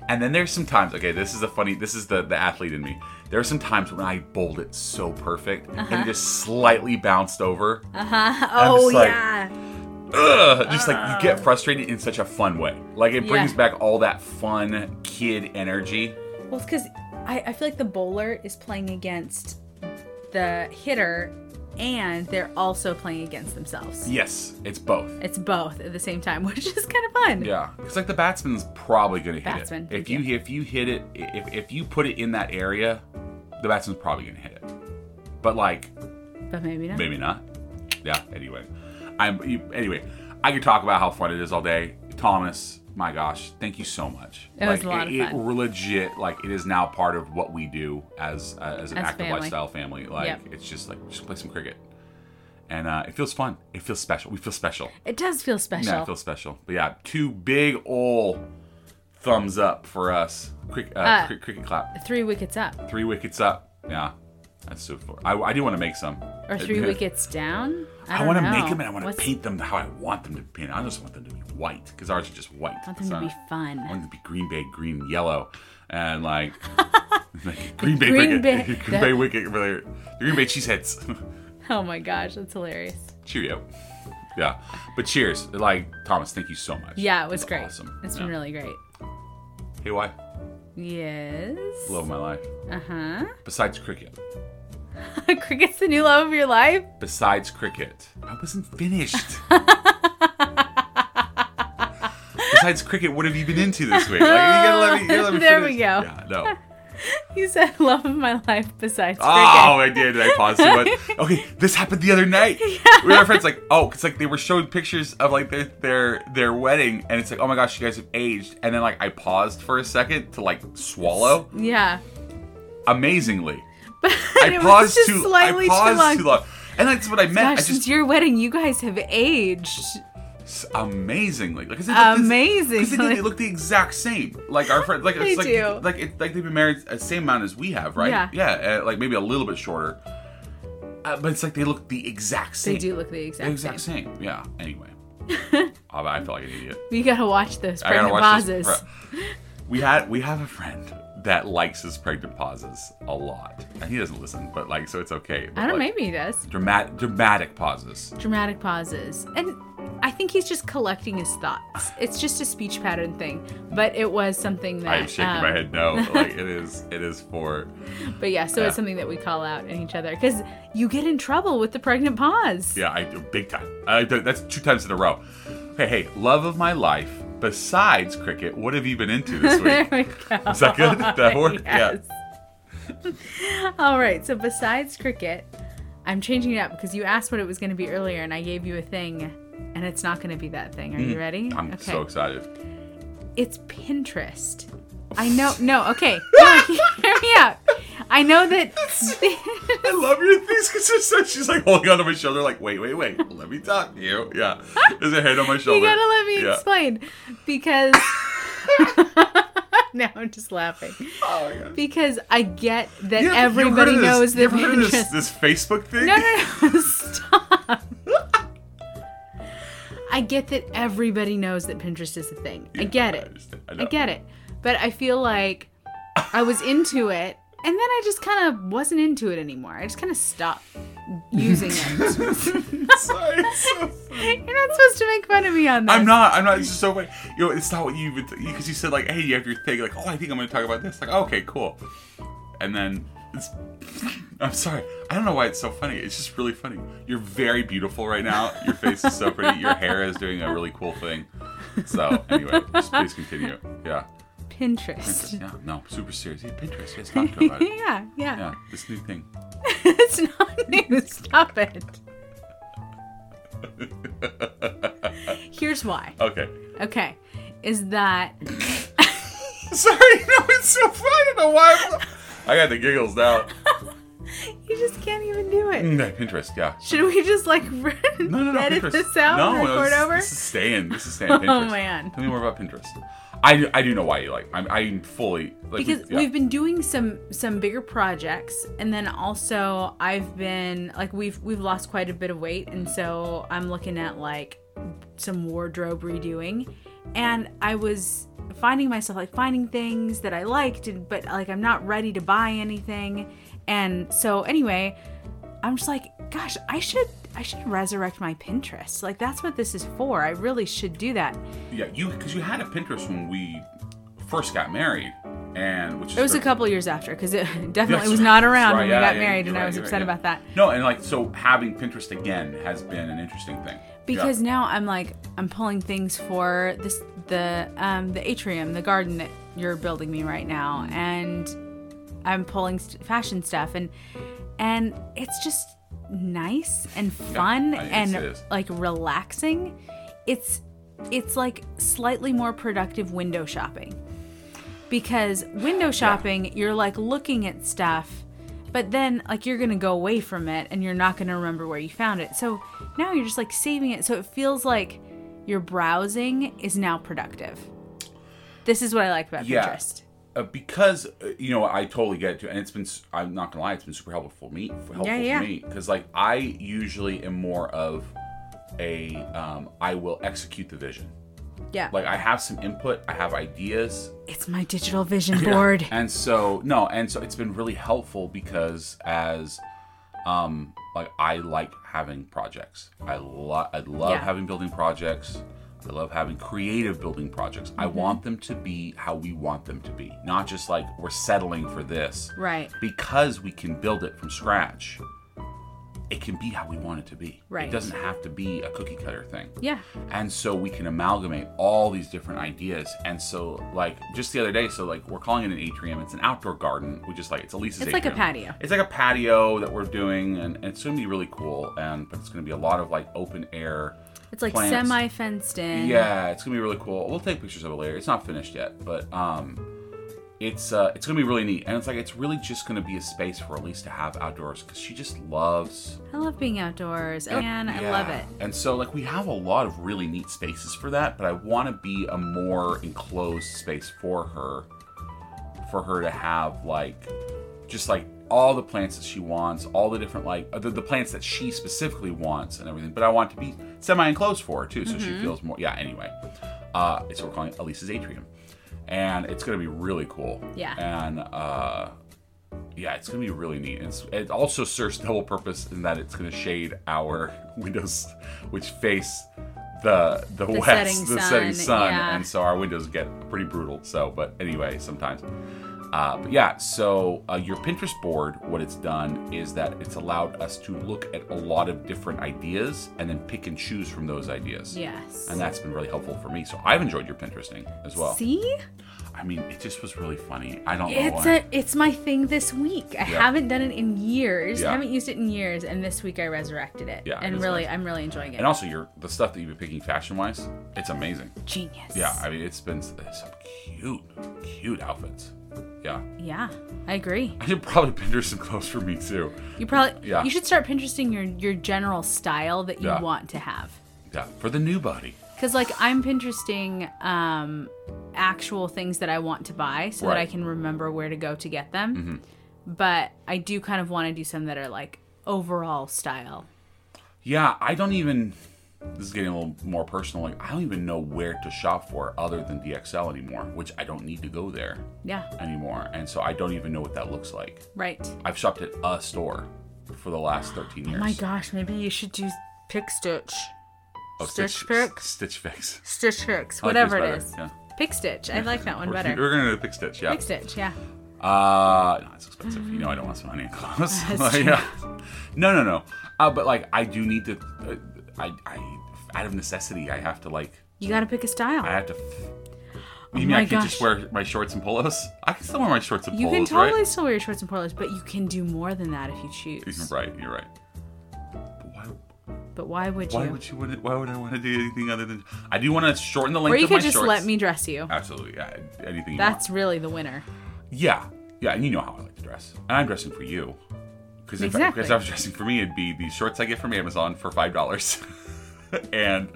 Speaker 2: And then there's some times. Okay, this is a funny. This is the the athlete in me. There are some times when I bowled it so perfect and
Speaker 1: Uh-huh.
Speaker 2: it just slightly bounced over.
Speaker 1: Oh
Speaker 2: just like-
Speaker 1: yeah.
Speaker 2: Ugh, just like you get frustrated in such a fun way. Like it brings
Speaker 1: Oh. Yeah.
Speaker 2: back all that fun kid energy.
Speaker 1: Well, it's because I, I feel like the bowler is playing against the hitter and they're also playing against themselves.
Speaker 2: Yes, it's both.
Speaker 1: It's both at the same time, which is kind of fun.
Speaker 2: Yeah, it's like the batsman's probably gonna hit
Speaker 1: Batsman,
Speaker 2: it. If
Speaker 1: thank
Speaker 2: you if you hit it if if you put it in that area, the batsman's probably gonna hit it. But like
Speaker 1: But maybe not.
Speaker 2: maybe not. Yeah. Anyway, I'm you, anyway. I could talk about how fun it is all day. Thomas, my gosh, thank you so much.
Speaker 1: It was a lot
Speaker 2: it,
Speaker 1: of
Speaker 2: it
Speaker 1: fun.
Speaker 2: re- legit like it is now part of what we do as uh, as an
Speaker 1: As
Speaker 2: active
Speaker 1: family.
Speaker 2: lifestyle family. Like
Speaker 1: Yep.
Speaker 2: it's just like just play some cricket, and uh, it feels fun. It feels special. We feel special.
Speaker 1: It does feel special.
Speaker 2: Yeah, it feels special. But yeah, two big ol' thumbs up for us. Quick, uh,
Speaker 1: Uh,
Speaker 2: cri- cricket clap.
Speaker 1: three wickets up
Speaker 2: Three wickets up. Yeah, that's so far. I, I do want to make some.
Speaker 1: or three wickets down. I,
Speaker 2: I,
Speaker 1: don't
Speaker 2: want to
Speaker 1: know.
Speaker 2: make them and I want to
Speaker 1: What's-
Speaker 2: paint them how I want them to be painted. I just want them to be white because ours are just white.
Speaker 1: I want them
Speaker 2: So
Speaker 1: to be
Speaker 2: I
Speaker 1: fun.
Speaker 2: want them to be green bay, green, yellow, and like. like Green Bay
Speaker 1: Green
Speaker 2: wicket,
Speaker 1: Bay-
Speaker 2: Green Bay wicket, over there. The Green Bay cheeseheads.
Speaker 1: Oh my gosh, that's hilarious.
Speaker 2: Cheerio. Yeah, but cheers. Like Thomas, thank you so much.
Speaker 1: Yeah, it was
Speaker 2: It's
Speaker 1: great.
Speaker 2: Awesome.
Speaker 1: It's
Speaker 2: Yeah.
Speaker 1: been really great.
Speaker 2: Hey, why?
Speaker 1: Yes.
Speaker 2: Love of my life.
Speaker 1: Uh huh.
Speaker 2: Besides cricket.
Speaker 1: Cricket's the new love of your life.
Speaker 2: Besides cricket. I wasn't finished. Besides cricket, what have you been into this week? Like, you gotta let me, you gotta let me
Speaker 1: There
Speaker 2: finish.
Speaker 1: we go.
Speaker 2: Yeah, no.
Speaker 1: You said love of my life besides
Speaker 2: Oh, I did. I paused too much. Okay, this happened the other night. We were our friends like, oh, it's like they were showing pictures of like their their their wedding, and it's like, oh my gosh, you guys have aged. And then like I paused for a second to like swallow.
Speaker 1: cricket. Yeah.
Speaker 2: Amazingly,
Speaker 1: But
Speaker 2: I
Speaker 1: it
Speaker 2: paused
Speaker 1: was just
Speaker 2: too.
Speaker 1: slightly
Speaker 2: I paused
Speaker 1: too long.
Speaker 2: And that's what I meant.
Speaker 1: Gosh,
Speaker 2: I just
Speaker 1: since your wedding, you guys have aged.
Speaker 2: s- amazingly. Like, 'cause they look this-
Speaker 1: Amazing.
Speaker 2: 'cause they, do, they look the exact same. Like our friend, like
Speaker 1: They
Speaker 2: it's like
Speaker 1: do.
Speaker 2: like it, like they've been married the same amount as we have, right?
Speaker 1: Yeah.
Speaker 2: yeah uh, like maybe a little bit shorter. Uh, but it's like they look the exact same.
Speaker 1: They do look the exact,
Speaker 2: the exact
Speaker 1: same.
Speaker 2: same. Yeah. Anyway, I, I feel like an idiot.
Speaker 1: You gotta watch those
Speaker 2: I gotta
Speaker 1: pregnant
Speaker 2: watch
Speaker 1: vases.
Speaker 2: this. We had we have a friend that likes his pregnant pauses a lot, and he doesn't listen, but like so it's okay. But,
Speaker 1: I don't.
Speaker 2: like,
Speaker 1: Maybe he does.
Speaker 2: dramatic dramatic pauses.
Speaker 1: Dramatic pauses, and I think he's just collecting his thoughts. It's just a speech pattern thing, but it was something that.
Speaker 2: I am shaking
Speaker 1: um,
Speaker 2: my head no. Like it is it is for
Speaker 1: But yeah, so
Speaker 2: Yeah.
Speaker 1: it's something that we call out in each other because you get in trouble with the pregnant pause.
Speaker 2: yeah, I big time. I, that's two times in a row. Hey, hey, love of my life. Besides cricket, what have you been into this
Speaker 1: there
Speaker 2: week?
Speaker 1: we go.
Speaker 2: Is that good? Did that work? Yeah.
Speaker 1: Yes. All right. So besides cricket, I'm changing it up because you asked what it was going to be earlier, and I gave you a thing, and it's not going to be that thing. Are you ready?
Speaker 2: Mm, I'm so excited.
Speaker 1: It's Pinterest. I know. No. Okay. No, hear me out. I know that.
Speaker 2: I love your things because she's like holding onto my shoulder, like, wait, wait, wait, let me talk to you. Yeah. There's a hand on my shoulder.
Speaker 1: You gotta let me
Speaker 2: yeah.
Speaker 1: explain because now I'm just laughing
Speaker 2: Oh, my God.
Speaker 1: because I get that
Speaker 2: You ever- you ever heard
Speaker 1: everybody
Speaker 2: of this-
Speaker 1: knows
Speaker 2: you
Speaker 1: that
Speaker 2: ever heard of
Speaker 1: Pinterest.
Speaker 2: this, this Facebook thing.
Speaker 1: No, no, no! Stop. I get that everybody knows that Pinterest is a thing. I get it.
Speaker 2: understand.
Speaker 1: I get it. But I feel like I was into it and then I just kind of wasn't into it anymore. I just kind of stopped using it.
Speaker 2: it. Sorry, it's so funny.
Speaker 1: You're not supposed to make fun of me on this.
Speaker 2: I'm not. I'm not. It's just so funny. You know, it's not what you would because you said like, hey, you have your thing. Like, oh, I think I'm going to talk about this. Like, "Oh, okay, cool. And then it's. I'm sorry. I don't know why it's so funny. It's just really funny. You're very beautiful right now. Your face is so pretty. Your hair is doing a really cool thing. So anyway, just please continue. Yeah.
Speaker 1: Pinterest.
Speaker 2: Yeah. No. Super serious. Yeah, Pinterest. Yes. Talk to her about it.
Speaker 1: Yeah, yeah.
Speaker 2: Yeah. This new thing.
Speaker 1: it's not new. Stop it. Here's why.
Speaker 2: Okay.
Speaker 1: Okay. Is that
Speaker 2: Sorry. No. It's so funny. I don't know why. I'm so- I got the giggles now.
Speaker 1: you just can't even do it.
Speaker 2: Mm, Pinterest. Yeah.
Speaker 1: Should we just like re-
Speaker 2: No, no, no.
Speaker 1: edit
Speaker 2: Pinterest.
Speaker 1: this out
Speaker 2: no,
Speaker 1: and
Speaker 2: no,
Speaker 1: record
Speaker 2: this,
Speaker 1: over? Oh,
Speaker 2: This is staying. This is staying. Pinterest.
Speaker 1: man.
Speaker 2: Tell me more about Pinterest. I do, I do know why you like. I'm I'm fully like
Speaker 1: because
Speaker 2: yeah.
Speaker 1: we've been doing some some bigger projects and then also I've been like we've we've lost quite a bit of weight and so I'm looking at like some wardrobe redoing and I was finding myself like finding things that I liked and but like I'm not ready to buy anything and so anyway I'm just like gosh I should I should resurrect my Pinterest like that's what this is for I really should do that
Speaker 2: yeah you because you had a Pinterest when we first got married and which is
Speaker 1: It was
Speaker 2: the-
Speaker 1: a couple years after because it definitely
Speaker 2: That's
Speaker 1: was
Speaker 2: right,
Speaker 1: not
Speaker 2: that's
Speaker 1: around
Speaker 2: right,
Speaker 1: when
Speaker 2: yeah,
Speaker 1: we got
Speaker 2: yeah,
Speaker 1: married,
Speaker 2: you're
Speaker 1: and I
Speaker 2: right,
Speaker 1: was
Speaker 2: you're right,
Speaker 1: upset
Speaker 2: yeah.
Speaker 1: about that
Speaker 2: No, and like so having Pinterest again has been an interesting thing Yeah.
Speaker 1: because now I'm like I'm pulling things for this the um the atrium, the garden that you're building me right now,
Speaker 2: Mm.
Speaker 1: and I'm pulling st- fashion stuff, and and it's just nice and fun
Speaker 2: I- it's- it
Speaker 1: and
Speaker 2: is.
Speaker 1: like relaxing. It's it's like slightly more productive window shopping. because window shopping you're like looking at stuff but then like you're gonna go away from it and you're not gonna remember where you found it so now you're just like saving it so it feels like your browsing is now productive this is what i like about
Speaker 2: Yeah.
Speaker 1: pinterest
Speaker 2: uh, because uh, you know I totally get it too, and it's been s- I'm not gonna lie, it's been super helpful for me. For, helpful
Speaker 1: Yeah, yeah.
Speaker 2: for me because like I usually am more of a um, I will execute the vision.
Speaker 1: yeah
Speaker 2: Like I have some input, I have ideas,
Speaker 1: it's my digital vision board
Speaker 2: and so no, and so it's been really helpful because as um like I like having projects. I love I love
Speaker 1: Yeah.
Speaker 2: having building projects. I love having creative building projects. I
Speaker 1: Mm-hmm.
Speaker 2: want them to be how we want them to be, not just like we're settling for this.
Speaker 1: right
Speaker 2: Because we can build it from scratch. It can be how we want it to be.
Speaker 1: Right.
Speaker 2: It doesn't have to be a cookie cutter thing.
Speaker 1: yeah
Speaker 2: And so we can amalgamate all these different ideas. And so, like, just the other day, so like we're calling it an atrium. It's an outdoor garden. We just like it's Elisa's.
Speaker 1: It's like a
Speaker 2: atrium.
Speaker 1: patio.
Speaker 2: It's like a patio that we're doing, and, and it's going to be really cool. And but it's going to be a lot of like open air.
Speaker 1: it's like
Speaker 2: plants.
Speaker 1: semi fenced in
Speaker 2: Yeah, it's gonna be really cool. We'll take pictures of it later. It's not finished yet, but um, it's uh, it's gonna be really neat, and it's like it's really just gonna be a space for Elise to have outdoors because she just loves
Speaker 1: I love being outdoors, and I
Speaker 2: Yeah.
Speaker 1: love it.
Speaker 2: And so, like, we have a lot of really neat spaces for that, but I want to be a more enclosed space for her, for her to have, like, just like all the plants that she wants, all the different, like, uh, the, the plants that she specifically wants and everything. But I want it to be semi enclosed for her, too, so
Speaker 1: Mm-hmm.
Speaker 2: she feels more. Yeah, anyway. Uh, it's what we're calling Elise's Atrium. And it's going to be really cool.
Speaker 1: Yeah.
Speaker 2: And, uh, yeah, it's gonna be really neat. And It's, it also serves double purpose in that it's gonna shade our windows, which face the the, west,
Speaker 1: setting
Speaker 2: the
Speaker 1: sun,
Speaker 2: setting sun,
Speaker 1: yeah.
Speaker 2: and so our windows get pretty brutal. So, but anyway, sometimes. Uh, but yeah, so uh, your Pinterest board, what it's done is that it's allowed us to look at a lot of different ideas and then pick and choose from those ideas.
Speaker 1: Yes.
Speaker 2: And that's been really helpful for me. So I've enjoyed your Pinteresting as well.
Speaker 1: See,
Speaker 2: I mean, it just was really funny. I don't know
Speaker 1: it's
Speaker 2: why.
Speaker 1: a it's my thing this week. I haven't done it in years.
Speaker 2: Yeah.
Speaker 1: Haven't used it in years, and this week I resurrected it.
Speaker 2: Yeah, it
Speaker 1: and
Speaker 2: is
Speaker 1: really,
Speaker 2: nice.
Speaker 1: I'm really enjoying it.
Speaker 2: And also, your the stuff that you've been picking fashion wise, it's amazing.
Speaker 1: Genius.
Speaker 2: Yeah, I mean, it's been s- some cute, cute outfits. Yeah,
Speaker 1: yeah, I agree.
Speaker 2: I should probably Pinterest some clothes for me too.
Speaker 1: You probably
Speaker 2: Yeah.
Speaker 1: you should start Pinteresting your your general style that you
Speaker 2: Yeah.
Speaker 1: want to have.
Speaker 2: Yeah, for the new body.
Speaker 1: Cause like I'm Pinteresting um, actual things that I want to buy so that I
Speaker 2: Right. Mm-hmm.
Speaker 1: can remember where to go to get them. But I do kind of want to do some that are like overall style.
Speaker 2: Yeah, I don't even. This is getting a little more personal. Like, I don't even know where to shop for other than DXL anymore, which I don't need to go there
Speaker 1: Yeah,
Speaker 2: anymore, and so I don't even know what that looks like.
Speaker 1: right.
Speaker 2: I've shopped at a store for the last 13 years.
Speaker 1: Oh My gosh, maybe you should do Pick Stitch,
Speaker 2: Oh,
Speaker 1: Stitch Fix?
Speaker 2: Stitch Fix.
Speaker 1: Stitch Fix,
Speaker 2: I like this
Speaker 1: whatever it
Speaker 2: better,
Speaker 1: is.
Speaker 2: Yeah.
Speaker 1: Pick Stitch. I like that one
Speaker 2: We're,
Speaker 1: better.
Speaker 2: we're gonna do Pick Stitch. Yeah.
Speaker 1: Pick Stitch, yeah.
Speaker 2: Uh, no, it's expensive. You know, I don't want to spend money on clothes.
Speaker 1: That's
Speaker 2: yeah. No, no, no. Uh, but like, I do need to. Uh, I, I, out of necessity, I have to like.
Speaker 1: You gotta pick a
Speaker 2: I
Speaker 1: style.
Speaker 2: have to. F- you mean I
Speaker 1: Oh my
Speaker 2: can just
Speaker 1: gosh.
Speaker 2: wear my shorts and polos? I can still wear my shorts and
Speaker 1: You can
Speaker 2: polos,
Speaker 1: totally
Speaker 2: right?
Speaker 1: still wear your shorts and polos, but you can do more than that if you
Speaker 2: You're
Speaker 1: choose.
Speaker 2: right. You're right. But why?
Speaker 1: But why would
Speaker 2: Why
Speaker 1: you?
Speaker 2: would you? wanna- Why would I want to do anything other than? I do want to shorten the length
Speaker 1: or you
Speaker 2: of my
Speaker 1: could just
Speaker 2: shorts.
Speaker 1: let me dress you.
Speaker 2: Absolutely. Yeah, anything. You want.
Speaker 1: That's really the winner.
Speaker 2: Yeah, yeah, and you know how I like to dress, and I'm dressing for you. Because if, I-
Speaker 1: Exactly.
Speaker 2: 'cause I was dressing for me, it'd be the shorts I get from Amazon for five dollars, and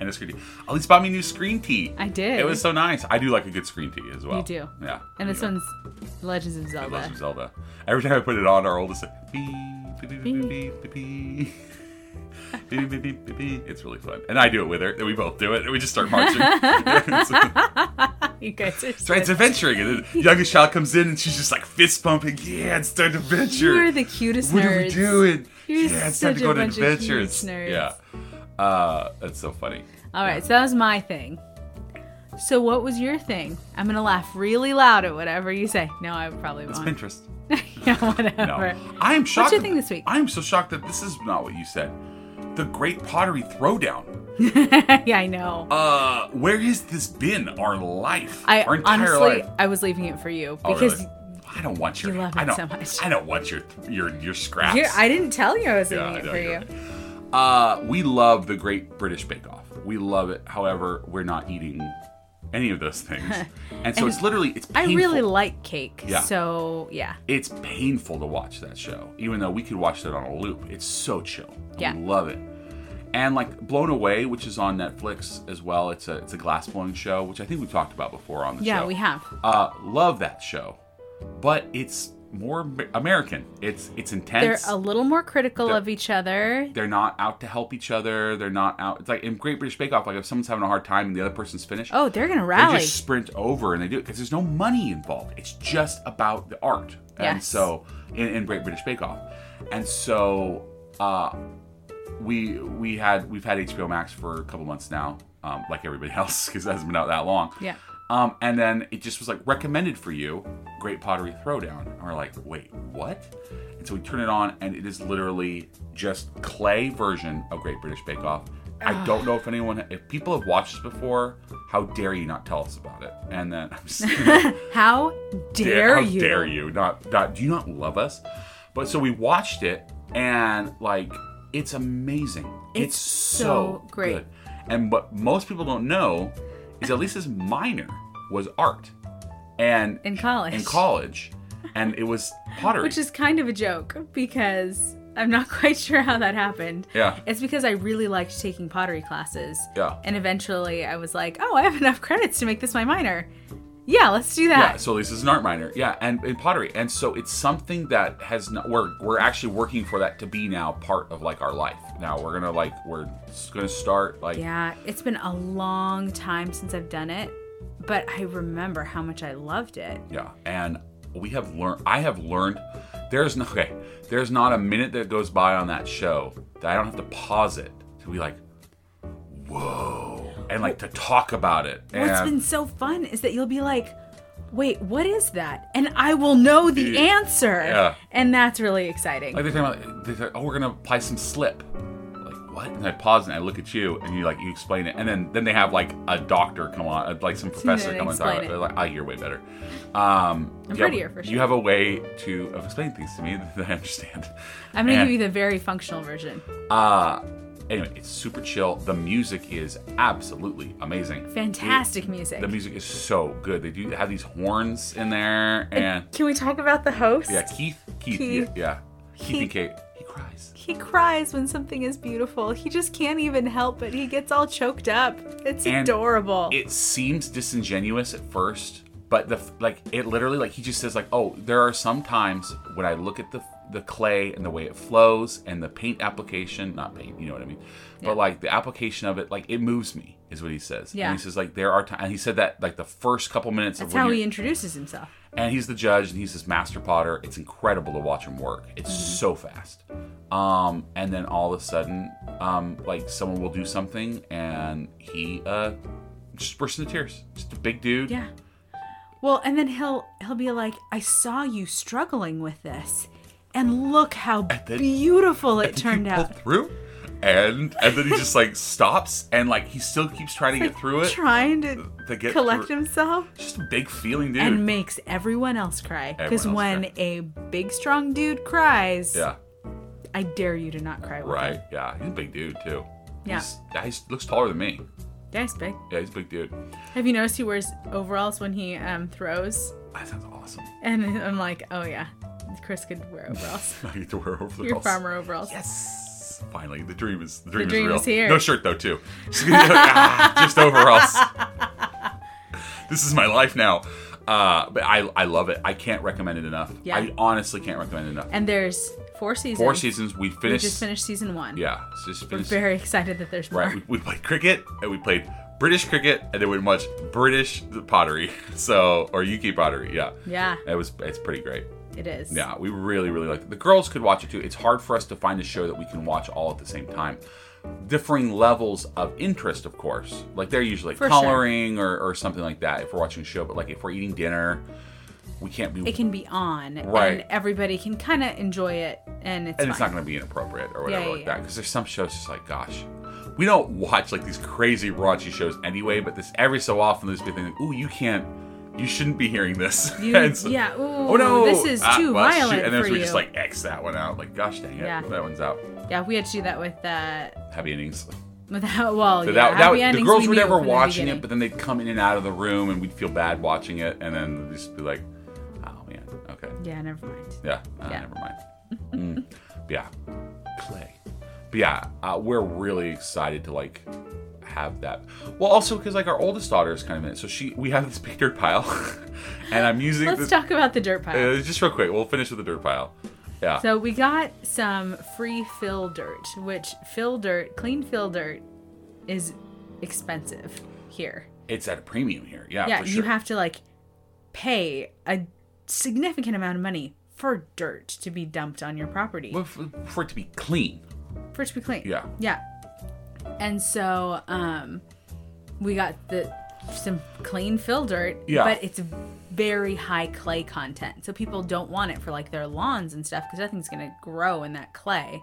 Speaker 2: and a screen tea. At least bought me new screen tea.
Speaker 1: I did.
Speaker 2: It was so nice. I do like a good screen tea as well.
Speaker 1: You do.
Speaker 2: Yeah.
Speaker 1: And this
Speaker 2: anyway,
Speaker 1: one's Legends of
Speaker 2: I
Speaker 1: Zelda.
Speaker 2: love some Zelda. Every time I put it on, our oldest like, beep beep beep beep beep beep. beep. Beep, beep, beep, beep, beep. It's really fun, and I do it with her. And we both do it, and we just start marching. It's like-
Speaker 1: You guys are
Speaker 2: starts
Speaker 1: so
Speaker 2: adventuring, and the youngest child comes in, and she's just like fist pumping. Yeah, it's time to venture.
Speaker 1: You're the cutest
Speaker 2: what are we
Speaker 1: nerds.
Speaker 2: doing?
Speaker 1: You're
Speaker 2: yeah, it's time
Speaker 1: such
Speaker 2: to
Speaker 1: a
Speaker 2: go on
Speaker 1: bunch of
Speaker 2: adventures.
Speaker 1: huge nerds.
Speaker 2: Yeah, uh, that's so funny.
Speaker 1: All right, so that was my thing. So what was your thing? I'm gonna laugh really loud at whatever you say. No, I probably
Speaker 2: It's
Speaker 1: won't.
Speaker 2: Pinterest.
Speaker 1: yeah, whatever.
Speaker 2: No, I am shocked.
Speaker 1: your
Speaker 2: that-
Speaker 1: thing this week?
Speaker 2: I am so shocked that this is not what you said. The Great Pottery Throwdown.
Speaker 1: yeah, I know.
Speaker 2: Uh, where has this been? Our life,
Speaker 1: I
Speaker 2: our entire
Speaker 1: honestly,
Speaker 2: life.
Speaker 1: I was leaving it for you
Speaker 2: Oh,
Speaker 1: because
Speaker 2: really? I don't want your.
Speaker 1: you love
Speaker 2: I
Speaker 1: it
Speaker 2: don't,
Speaker 1: so much.
Speaker 2: I don't want your your your scraps.
Speaker 1: here I didn't tell you I was leaving
Speaker 2: I
Speaker 1: it
Speaker 2: know,
Speaker 1: for
Speaker 2: you're
Speaker 1: you.
Speaker 2: right. Uh, we love the Great British Bake Off. We love it. However, we're not eating any of those things, and so it's literally it's.
Speaker 1: I
Speaker 2: Painful.
Speaker 1: really like cake,
Speaker 2: Yeah.
Speaker 1: so yeah.
Speaker 2: It's painful to watch that show, even though we could watch that on a loop. It's so chill.
Speaker 1: Yeah.
Speaker 2: We love it. And like Blown Away, which is on Netflix as well. It's a it's a glass blowing show, which I think we've talked about before on the show.
Speaker 1: Yeah, we have.
Speaker 2: Uh, love that show, but it's more Amer- American. It's it's
Speaker 1: They're
Speaker 2: intense.
Speaker 1: a little more critical of each other.
Speaker 2: they're not out to help each other. They're not out. It's like in Great British Bake Off, like if someone's having a hard time and the other person's finished,
Speaker 1: Oh, they're gonna
Speaker 2: they
Speaker 1: rally.
Speaker 2: just sprint over and they do it because there's no money involved. It's just about the art. And
Speaker 1: Yes.
Speaker 2: so in, in Great British Bake Off, and so uh, we we had we've had HBO Max for a couple months now, um, like everybody else, because it hasn't been out that long.
Speaker 1: Yeah.
Speaker 2: Um, and then it just was like recommended for you, Great Pottery Throwdown. And we're like, wait, what? And so we turn it on, and it is literally just clay version of Great British Bake Off. I don't know if anyone, if people have watched this before, how dare you not tell us about it? And then I'm just,
Speaker 1: How dare
Speaker 2: how
Speaker 1: you?
Speaker 2: dare you? Not, not, do you not love us? But so we watched it, and like, it's amazing.
Speaker 1: It's so great.
Speaker 2: good. And what most people don't know is at least this minor was art. and
Speaker 1: in college.
Speaker 2: in college, and it was pottery.
Speaker 1: Which is kind of a joke because I'm not quite sure how that happened.
Speaker 2: Yeah.
Speaker 1: It's because I really liked taking pottery classes.
Speaker 2: Yeah.
Speaker 1: And eventually I was like, oh, I have enough credits to make this my minor. Yeah, let's do
Speaker 2: yeah,
Speaker 1: that.
Speaker 2: so this is an art minor. Yeah, and in pottery, and so it's something that has not. We're we're actually working for that to be now part of like our life. Now we're gonna like we're s- gonna start like
Speaker 1: Yeah. It's been a long time since I've done it, but I remember how much I loved it.
Speaker 2: Yeah, and we have learned. I have learned. There's no okay. There's not a minute that goes by on that show that I don't have to pause it to be like, whoa, and like to talk about it.
Speaker 1: What's
Speaker 2: and
Speaker 1: been so fun is that you'll be like, wait, what is that? And I will know the
Speaker 2: Yeah.
Speaker 1: answer.
Speaker 2: Yeah.
Speaker 1: And that's really exciting.
Speaker 2: like they're talking about, they're like, oh, we're gonna apply some slip. Like what? And I pause and I look at you and you like you explain it, and then then they have like a doctor come on, uh, like some professor
Speaker 1: they
Speaker 2: come on. and talk
Speaker 1: explain
Speaker 2: about it.
Speaker 1: it.
Speaker 2: They're like, I hear way better. Um, I'm
Speaker 1: prettier for
Speaker 2: You
Speaker 1: sure.
Speaker 2: have a way to of explaining things to me that I understand.
Speaker 1: I'm going to
Speaker 2: And-
Speaker 1: give you the very functional version.
Speaker 2: Uh, anyway, it's super chill. The music is absolutely amazing.
Speaker 1: Fantastic music.
Speaker 2: The music is so good. They do have these horns in there, and
Speaker 1: Can we talk about the host?
Speaker 2: yeah, Keith, Keith,
Speaker 1: Keith.
Speaker 2: yeah, yeah. Keith
Speaker 1: Keith.
Speaker 2: and Kate, he cries.
Speaker 1: He cries when something is beautiful. He just can't even help it. He gets all choked up. It's
Speaker 2: And
Speaker 1: adorable.
Speaker 2: It seems disingenuous at first, but the f- like, it literally like he just says like, oh, there are some times when I look at the the clay and the way it flows and the paint application, not paint, you know what I mean, but like the application of it, like it moves me, is what he says.
Speaker 1: Yeah.
Speaker 2: And he says like there are times, and he said that like the first couple minutes
Speaker 1: That's
Speaker 2: of when
Speaker 1: how
Speaker 2: you're-
Speaker 1: he introduces himself.
Speaker 2: and he's the judge and he's this master potter it's incredible to watch him work it's
Speaker 1: Mm-hmm.
Speaker 2: so fast um and then all of a sudden um like someone will do something and he uh just bursts into tears just a big dude
Speaker 1: Yeah. Well, and then he'll he'll be like, "I saw you struggling with this, and look how
Speaker 2: then-
Speaker 1: beautiful it
Speaker 2: He
Speaker 1: turned
Speaker 2: pulled
Speaker 1: out."
Speaker 2: through and and then he just like stops and like he still keeps trying to get through it
Speaker 1: Trying to
Speaker 2: to get
Speaker 1: collect
Speaker 2: through-
Speaker 1: himself
Speaker 2: just a big feeling dude
Speaker 1: and makes everyone else cry. Because
Speaker 2: Everyone
Speaker 1: when
Speaker 2: else
Speaker 1: a big strong dude cries,
Speaker 2: yeah
Speaker 1: I dare you to not cry. with him.
Speaker 2: right yeah he's a big dude too
Speaker 1: Yeah.
Speaker 2: he's, yeah, he's looks taller than me
Speaker 1: That's big.
Speaker 2: yeah he's a big dude
Speaker 1: Have you noticed he wears overalls when he um, throws?
Speaker 2: that sounds awesome
Speaker 1: And I'm like, oh yeah, Chris could wear overalls.
Speaker 2: i get to wear overalls
Speaker 1: Your farmer overalls.
Speaker 2: Yes. Finally, the dream is the dream,
Speaker 1: dream
Speaker 2: is real.
Speaker 1: is here.
Speaker 2: No shirt though, too. Just, gonna go, ah, just overalls. this is my life now. Uh, but I I love it. I can't recommend it enough.
Speaker 1: Yeah.
Speaker 2: I honestly can't recommend it enough.
Speaker 1: And there's four seasons.
Speaker 2: Four seasons. We
Speaker 1: We
Speaker 2: finished.
Speaker 1: just finished season one.
Speaker 2: Yeah, it's just
Speaker 1: We're
Speaker 2: finished.
Speaker 1: very excited that there's more.
Speaker 2: right. We, we played cricket and we played British cricket and then we watched British pottery. So or UK pottery. Yeah.
Speaker 1: Yeah,
Speaker 2: It was it's pretty great.
Speaker 1: it is.
Speaker 2: Yeah, we really, really liked it. The girls could watch it too. It's hard for us to find a show that we can watch all at the same time. Differing levels of interest, of course. Like they're usually
Speaker 1: For sure.
Speaker 2: coloring or, or something like that if we're watching a show. But like if we're eating dinner, we can't be.
Speaker 1: It can be on,
Speaker 2: Right.
Speaker 1: and everybody can kind of enjoy it, and it's
Speaker 2: and
Speaker 1: fine.
Speaker 2: it's not going to be inappropriate or whatever
Speaker 1: Yeah, yeah,
Speaker 2: like
Speaker 1: yeah.
Speaker 2: that. Because there's some shows just like, gosh, we don't watch like these crazy raunchy shows anyway. But this every so often there's been like, ooh, you can't, you shouldn't be hearing this.
Speaker 1: You-
Speaker 2: And so-
Speaker 1: yeah. Ooh,
Speaker 2: Oh no!
Speaker 1: This is
Speaker 2: Ah,
Speaker 1: too
Speaker 2: well, shoot.
Speaker 1: violent
Speaker 2: And then
Speaker 1: for
Speaker 2: we
Speaker 1: you.
Speaker 2: just like X that one out. Like, gosh dang it,
Speaker 1: Yeah.
Speaker 2: that one's out.
Speaker 1: yeah, we had to do that with uh,
Speaker 2: happy endings.
Speaker 1: with that. Well,
Speaker 2: So
Speaker 1: yeah,
Speaker 2: that,
Speaker 1: happy
Speaker 2: that, the
Speaker 1: endings
Speaker 2: girls
Speaker 1: we
Speaker 2: were
Speaker 1: knew
Speaker 2: never
Speaker 1: from the
Speaker 2: watching it,
Speaker 1: beginning.
Speaker 2: but then they'd come in and out of the room, and we'd feel bad watching it, and then we'd just be like, "Oh man, okay,
Speaker 1: yeah, never mind.
Speaker 2: yeah, uh,
Speaker 1: Yeah.
Speaker 2: never mind." Mm. But yeah, play. But yeah, uh, we're really excited to like have that. Well, also because like our oldest daughter is kind of in it, so she we have this big dirt pile, and I'm using
Speaker 1: Let's
Speaker 2: this
Speaker 1: talk about the dirt pile.
Speaker 2: uh, just real quick. We'll finish with the dirt pile. Yeah,
Speaker 1: So we got some free fill dirt, which fill dirt, clean fill dirt, is expensive here.
Speaker 2: it's at a premium here. Yeah,
Speaker 1: yeah,
Speaker 2: for sure.
Speaker 1: you have to like pay a significant amount of money for dirt to be dumped on your property
Speaker 2: Well, for, for it to be clean.
Speaker 1: for it to be clean.
Speaker 2: Yeah.
Speaker 1: yeah. And so um, we got the some clean fill dirt,
Speaker 2: Yeah.
Speaker 1: but it's very high clay content, so people don't want it for like their lawns and stuff because nothing's gonna grow in that clay.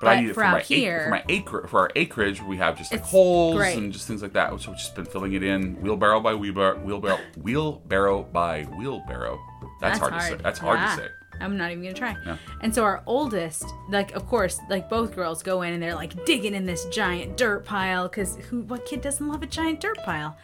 Speaker 2: But, I
Speaker 1: But
Speaker 2: need it for
Speaker 1: for out
Speaker 2: my, acre,
Speaker 1: here-
Speaker 2: for my acre for our acreage. We have just like
Speaker 1: It's
Speaker 2: holes
Speaker 1: great.
Speaker 2: and just things like that. So we've just been filling it in wheelbarrow by wheelbarrow, wheelbarrow, wheelbarrow by wheelbarrow. That's, hard, to say. That's hard
Speaker 1: Ah,
Speaker 2: to say.
Speaker 1: I'm not even gonna try. And so our oldest, like of course, like both girls go in and they're like digging in this giant dirt pile because who, what kid doesn't love a giant dirt pile?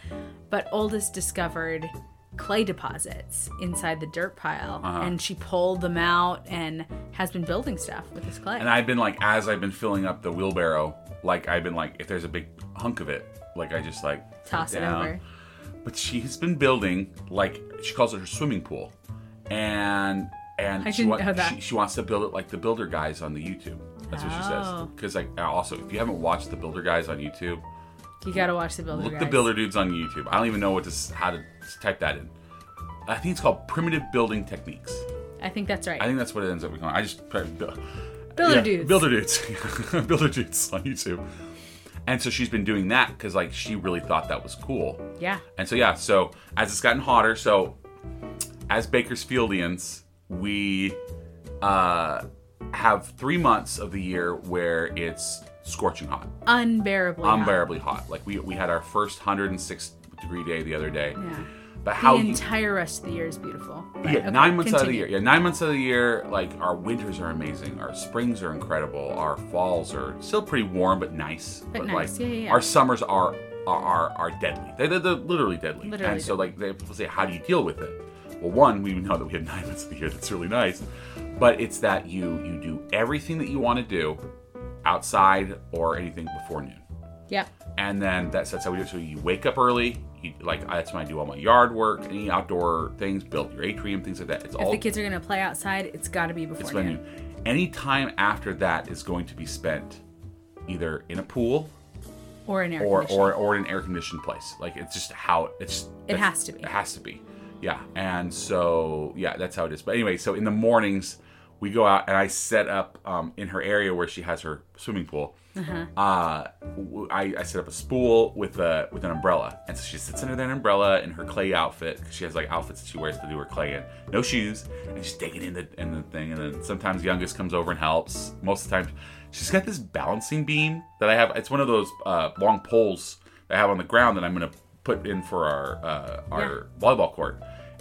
Speaker 1: But oldest discovered clay deposits inside the dirt pile,
Speaker 2: Uh-huh.
Speaker 1: and she pulled them out and has been building stuff with this clay.
Speaker 2: And I've been like, as I've been filling up the wheelbarrow, like I've been like, if there's a big hunk of it, like I just like put
Speaker 1: Toss it
Speaker 2: down.
Speaker 1: over.
Speaker 2: But she has been building like she calls it her swimming pool, and and
Speaker 1: I
Speaker 2: she,
Speaker 1: didn't know that.
Speaker 2: she she wants to build it like the builder guys on the YouTube. That's what she says.
Speaker 1: Oh.
Speaker 2: Because like also, if you haven't watched the builder guys on YouTube,
Speaker 1: You gotta watch the builder.
Speaker 2: look the
Speaker 1: guys.
Speaker 2: builder dudes on YouTube. I don't even know what to s- how to s- type that in. I think it's called primitive building techniques.
Speaker 1: I think that's right.
Speaker 2: I think that's what it ends up becoming. I just builder
Speaker 1: builder dudes.
Speaker 2: builder dudes, builder dudes on YouTube. And so she's been doing that because like she really thought that was cool.
Speaker 1: Yeah.
Speaker 2: And so yeah, so as it's gotten hotter, so as Bakersfieldians, we uh, have three months of the year where it's scorching hot,
Speaker 1: Unbearably. hot.
Speaker 2: unbearably hot. Like we we had our first 106 degree day the other day.
Speaker 1: Yeah.
Speaker 2: But how
Speaker 1: The
Speaker 2: you-
Speaker 1: entire rest of the year is beautiful. But,
Speaker 2: yeah,
Speaker 1: okay,
Speaker 2: nine months out of the
Speaker 1: continue.
Speaker 2: year. Yeah, nine months out of the year, like our winters are amazing, our springs are incredible, our falls are still pretty warm but nice.
Speaker 1: But nice,
Speaker 2: like
Speaker 1: yeah, yeah, yeah.
Speaker 2: our summers are are are, are deadly. They're, they're, they're literally deadly.
Speaker 1: Literally
Speaker 2: and so like they people say, how do you deal with it? Well, one, we know that we have nine months of the year. That's really nice, but it's that you you do everything that you want to do outside or anything before noon
Speaker 1: Yep.
Speaker 2: and then that's that's how we do it. So you wake up early. You, like that's when I do all my yard work, any outdoor things, build your atrium, things like that. It's
Speaker 1: If
Speaker 2: all
Speaker 1: the kids are gonna play outside, it's gotta be before
Speaker 2: it's
Speaker 1: noon.
Speaker 2: when you, any time after that is going to be spent either in a pool
Speaker 1: Or an air
Speaker 2: or
Speaker 1: conditioner.
Speaker 2: or, or in an air conditioned place. Like it's just how it- it's
Speaker 1: It
Speaker 2: that's-
Speaker 1: has to be.
Speaker 2: It has to be. Yeah. And so yeah, that's how it is. But anyway, so in the mornings we go out and I set up um, in her area where she has her swimming pool.
Speaker 1: Uh-huh.
Speaker 2: Uh, w- I, I set up a spool with a with an umbrella, and so she sits under that umbrella in her clay outfit. 'cause she has like outfits that she wears to do her clay in, no shoes, and she's digging in the in the thing. And then sometimes youngest comes over and helps. Most of the time, she's got this balancing beam that I have. It's one of those uh, long poles that I have on the ground that I'm gonna put in for our uh, our volleyball court.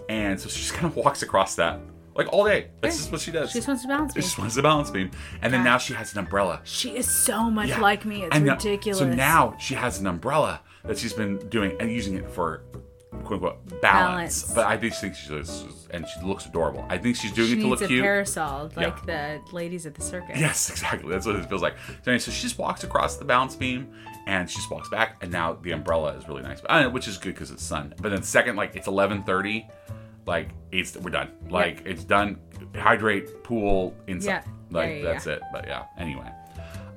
Speaker 2: And so she just kind of walks across that like all day. That's
Speaker 1: Yeah.
Speaker 2: just what she does.
Speaker 1: She just wants to balance
Speaker 2: She
Speaker 1: me.
Speaker 2: just wants a balance beam. And then now she has an umbrella.
Speaker 1: She is so much
Speaker 2: Yeah.
Speaker 1: like me. It's
Speaker 2: And now-
Speaker 1: ridiculous.
Speaker 2: so now she has an umbrella that she's been doing and using it for quote unquote balance.
Speaker 1: Balance.
Speaker 2: But I just think she's just- and she looks adorable. I think she's doing
Speaker 1: she
Speaker 2: it to
Speaker 1: needs
Speaker 2: look
Speaker 1: a
Speaker 2: cute.
Speaker 1: parasol like the ladies at the circus.
Speaker 2: Yes, exactly. That's what it feels like. So, anyway, so she just walks across the balance beam and she just walks back, and now the umbrella is really nice, uh, which is good because it's sun. But then second, like it's eleven thirty, like it's we're done. Like it's done. Hydrate, pool, inside.
Speaker 1: Yeah.
Speaker 2: Like
Speaker 1: Yeah, yeah,
Speaker 2: that's
Speaker 1: yeah.
Speaker 2: it. But yeah. Anyway,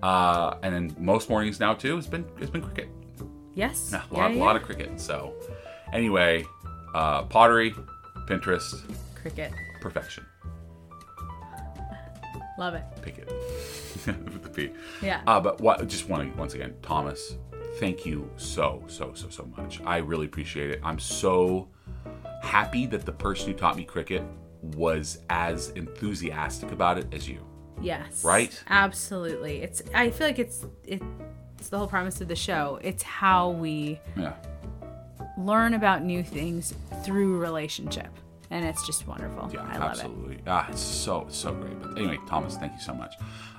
Speaker 2: uh, and then most mornings now too, it's been it's been cricket.
Speaker 1: Yes.
Speaker 2: A lot, lot of cricket. So anyway, uh, pottery, Pinterest,
Speaker 1: cricket.
Speaker 2: perfection.
Speaker 1: Love it.
Speaker 2: Pick it with the P.
Speaker 1: Yeah.
Speaker 2: Uh, but what, just want to once again, Thomas, thank you so so so so much. I really appreciate it. I'm so happy that the person who taught me cricket was as enthusiastic about it as you.
Speaker 1: yes.
Speaker 2: right?
Speaker 1: Absolutely. It's. I feel like it's. It, it's the whole premise of the show. It's how we
Speaker 2: Yeah.
Speaker 1: learn about new things through relationship, and it's just wonderful.
Speaker 2: Yeah,
Speaker 1: I love it.
Speaker 2: absolutely. Ah, it's so so great. But anyway, Thomas, thank you so much.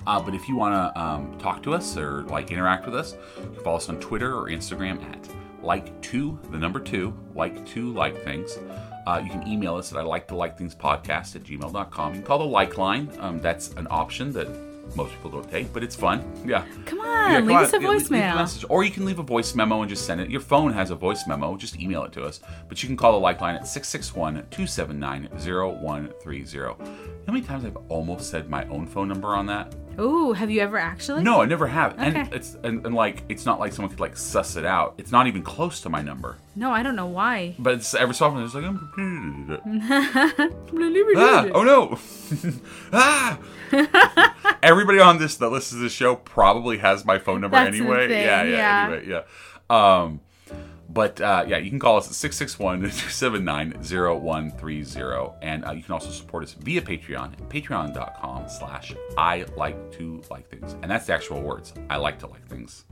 Speaker 2: Uh, but if you want to um, talk to us or like interact with us, you can follow us on Twitter or Instagram at like two the number two like two like things. Uh, you can email us at I like to like things podcast at gmail.com. You can call the like line. Um, that's an option that most people don't take, but it's fun. Yeah.
Speaker 1: Come
Speaker 2: Yeah,
Speaker 1: on,
Speaker 2: come
Speaker 1: leave
Speaker 2: on,
Speaker 1: us a
Speaker 2: yeah, leave- leave a
Speaker 1: voicemail.
Speaker 2: message. or you can leave a voice memo and just send it. Your phone has a voice memo, just email it to us. But you can call the like line at 661 279 0130. How many times I've almost said my own phone number on that?
Speaker 1: Ooh, have you ever actually?
Speaker 2: No, I never have. And
Speaker 1: Okay.
Speaker 2: it's and, and like it's not like someone could like suss it out. It's not even close to my number.
Speaker 1: No, I don't know why.
Speaker 2: But it's every so often it's like I'm ah, oh no. ah. Everybody on this that listens to this show probably has my phone number
Speaker 1: That's the
Speaker 2: anyway.
Speaker 1: thing,
Speaker 2: yeah, yeah,
Speaker 1: yeah.
Speaker 2: anyway, yeah. Um but uh, yeah, you can call us at 661 279 0130. And uh, you can also support us via Patreon at patreon.com slash I like to like things. And that's the actual words I like to like things.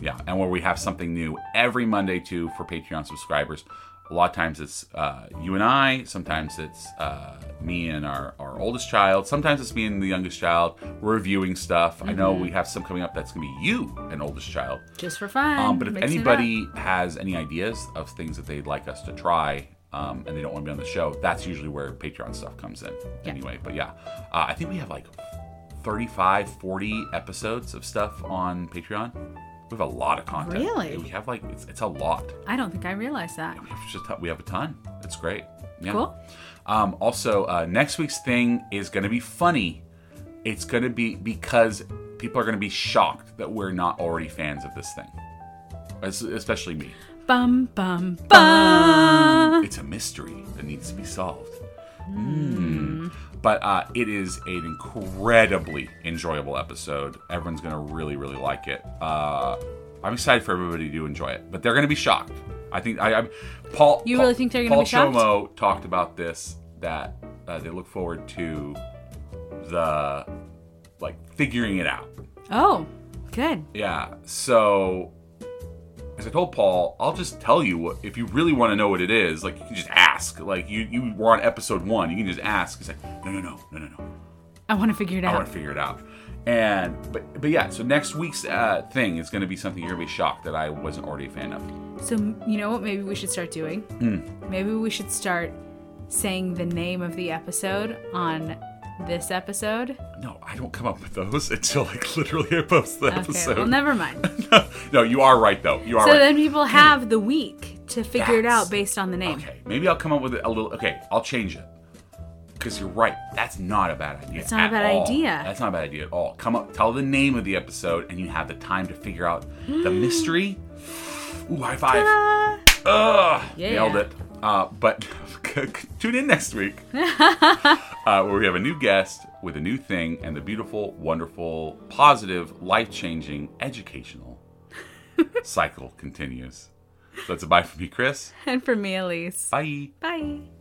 Speaker 2: Yeah, and where we have something new every Monday too for Patreon subscribers. A lot of times it's uh, you and I. Sometimes it's uh, me and our, our oldest child. Sometimes it's me and the youngest child. We're reviewing stuff. I know we have some coming up that's going to be you and oldest child.
Speaker 1: Just for fun.
Speaker 2: Um, but if
Speaker 1: mixing it up.
Speaker 2: anybody has any ideas of things that they'd like us to try um, and they don't want to be on the show, that's usually where Patreon stuff comes in.
Speaker 1: Yeah.
Speaker 2: Anyway, but yeah, uh, I think we have like 35, 40 episodes of stuff on Patreon. We have a lot of content.
Speaker 1: Really?
Speaker 2: We have like, it's, it's a lot.
Speaker 1: I don't think I realized that.
Speaker 2: We have, just, we have a ton. It's great. Yeah.
Speaker 1: Cool.
Speaker 2: Um, also, uh, next week's thing is going to be funny. It's going to be because people are going to be shocked that we're not already fans of this thing, Es- especially me.
Speaker 1: Bum bum bum.
Speaker 2: It's a mystery that needs to be solved.
Speaker 1: Hmm.
Speaker 2: Mm. But uh, it is an incredibly enjoyable episode. Everyone's going to really, really like it. Uh, I'm excited for everybody to enjoy it, but they're going to be shocked. I think I, I Paul.
Speaker 1: You
Speaker 2: Paul-
Speaker 1: really think they're gonna
Speaker 2: Paul
Speaker 1: be shocked?
Speaker 2: Shomo talked about this that uh, they look forward to the like figuring it out.
Speaker 1: Oh, good.
Speaker 2: Yeah. So, as I told Paul, I'll just tell you what if you really want to know what it is. Like you can just ask. Like you you were on episode one, you can just ask. He's like, no, no, no, no, no, no.
Speaker 1: I want to figure it
Speaker 2: I want
Speaker 1: out.
Speaker 2: to figure it out. And but but yeah. So next week's uh, thing is going to be something you're gonna be shocked that I wasn't already a fan of.
Speaker 1: So m- you know what? Maybe we should start doing.
Speaker 2: Hmm.
Speaker 1: Maybe we should start saying the name of the episode on this episode.
Speaker 2: No, I don't come up with those until like literally I post the
Speaker 1: Okay.
Speaker 2: episode.
Speaker 1: Well, never mind.
Speaker 2: no, you are right though. You are
Speaker 1: So
Speaker 2: right.
Speaker 1: then people have the week to figure it
Speaker 2: That's-
Speaker 1: out based on the name.
Speaker 2: Hmm. Okay, maybe I'll come up with a little. Okay, I'll change it. Because you're right. That's not a bad idea. It's
Speaker 1: not a bad idea.
Speaker 2: That's not a bad idea at all. Come up, tell the name of the episode, and you have the time to figure out the mystery. Ooh, high five.
Speaker 1: Mm. Ta-da!
Speaker 2: Ugh,
Speaker 1: Yeah.
Speaker 2: nailed it. Uh, but tune in next week uh, where we have a new guest with a new thing and the beautiful, wonderful, positive, life changing, educational cycle continues. So that's a bye from me, Chris.
Speaker 1: And for me, Elise.
Speaker 2: Bye.
Speaker 1: Bye.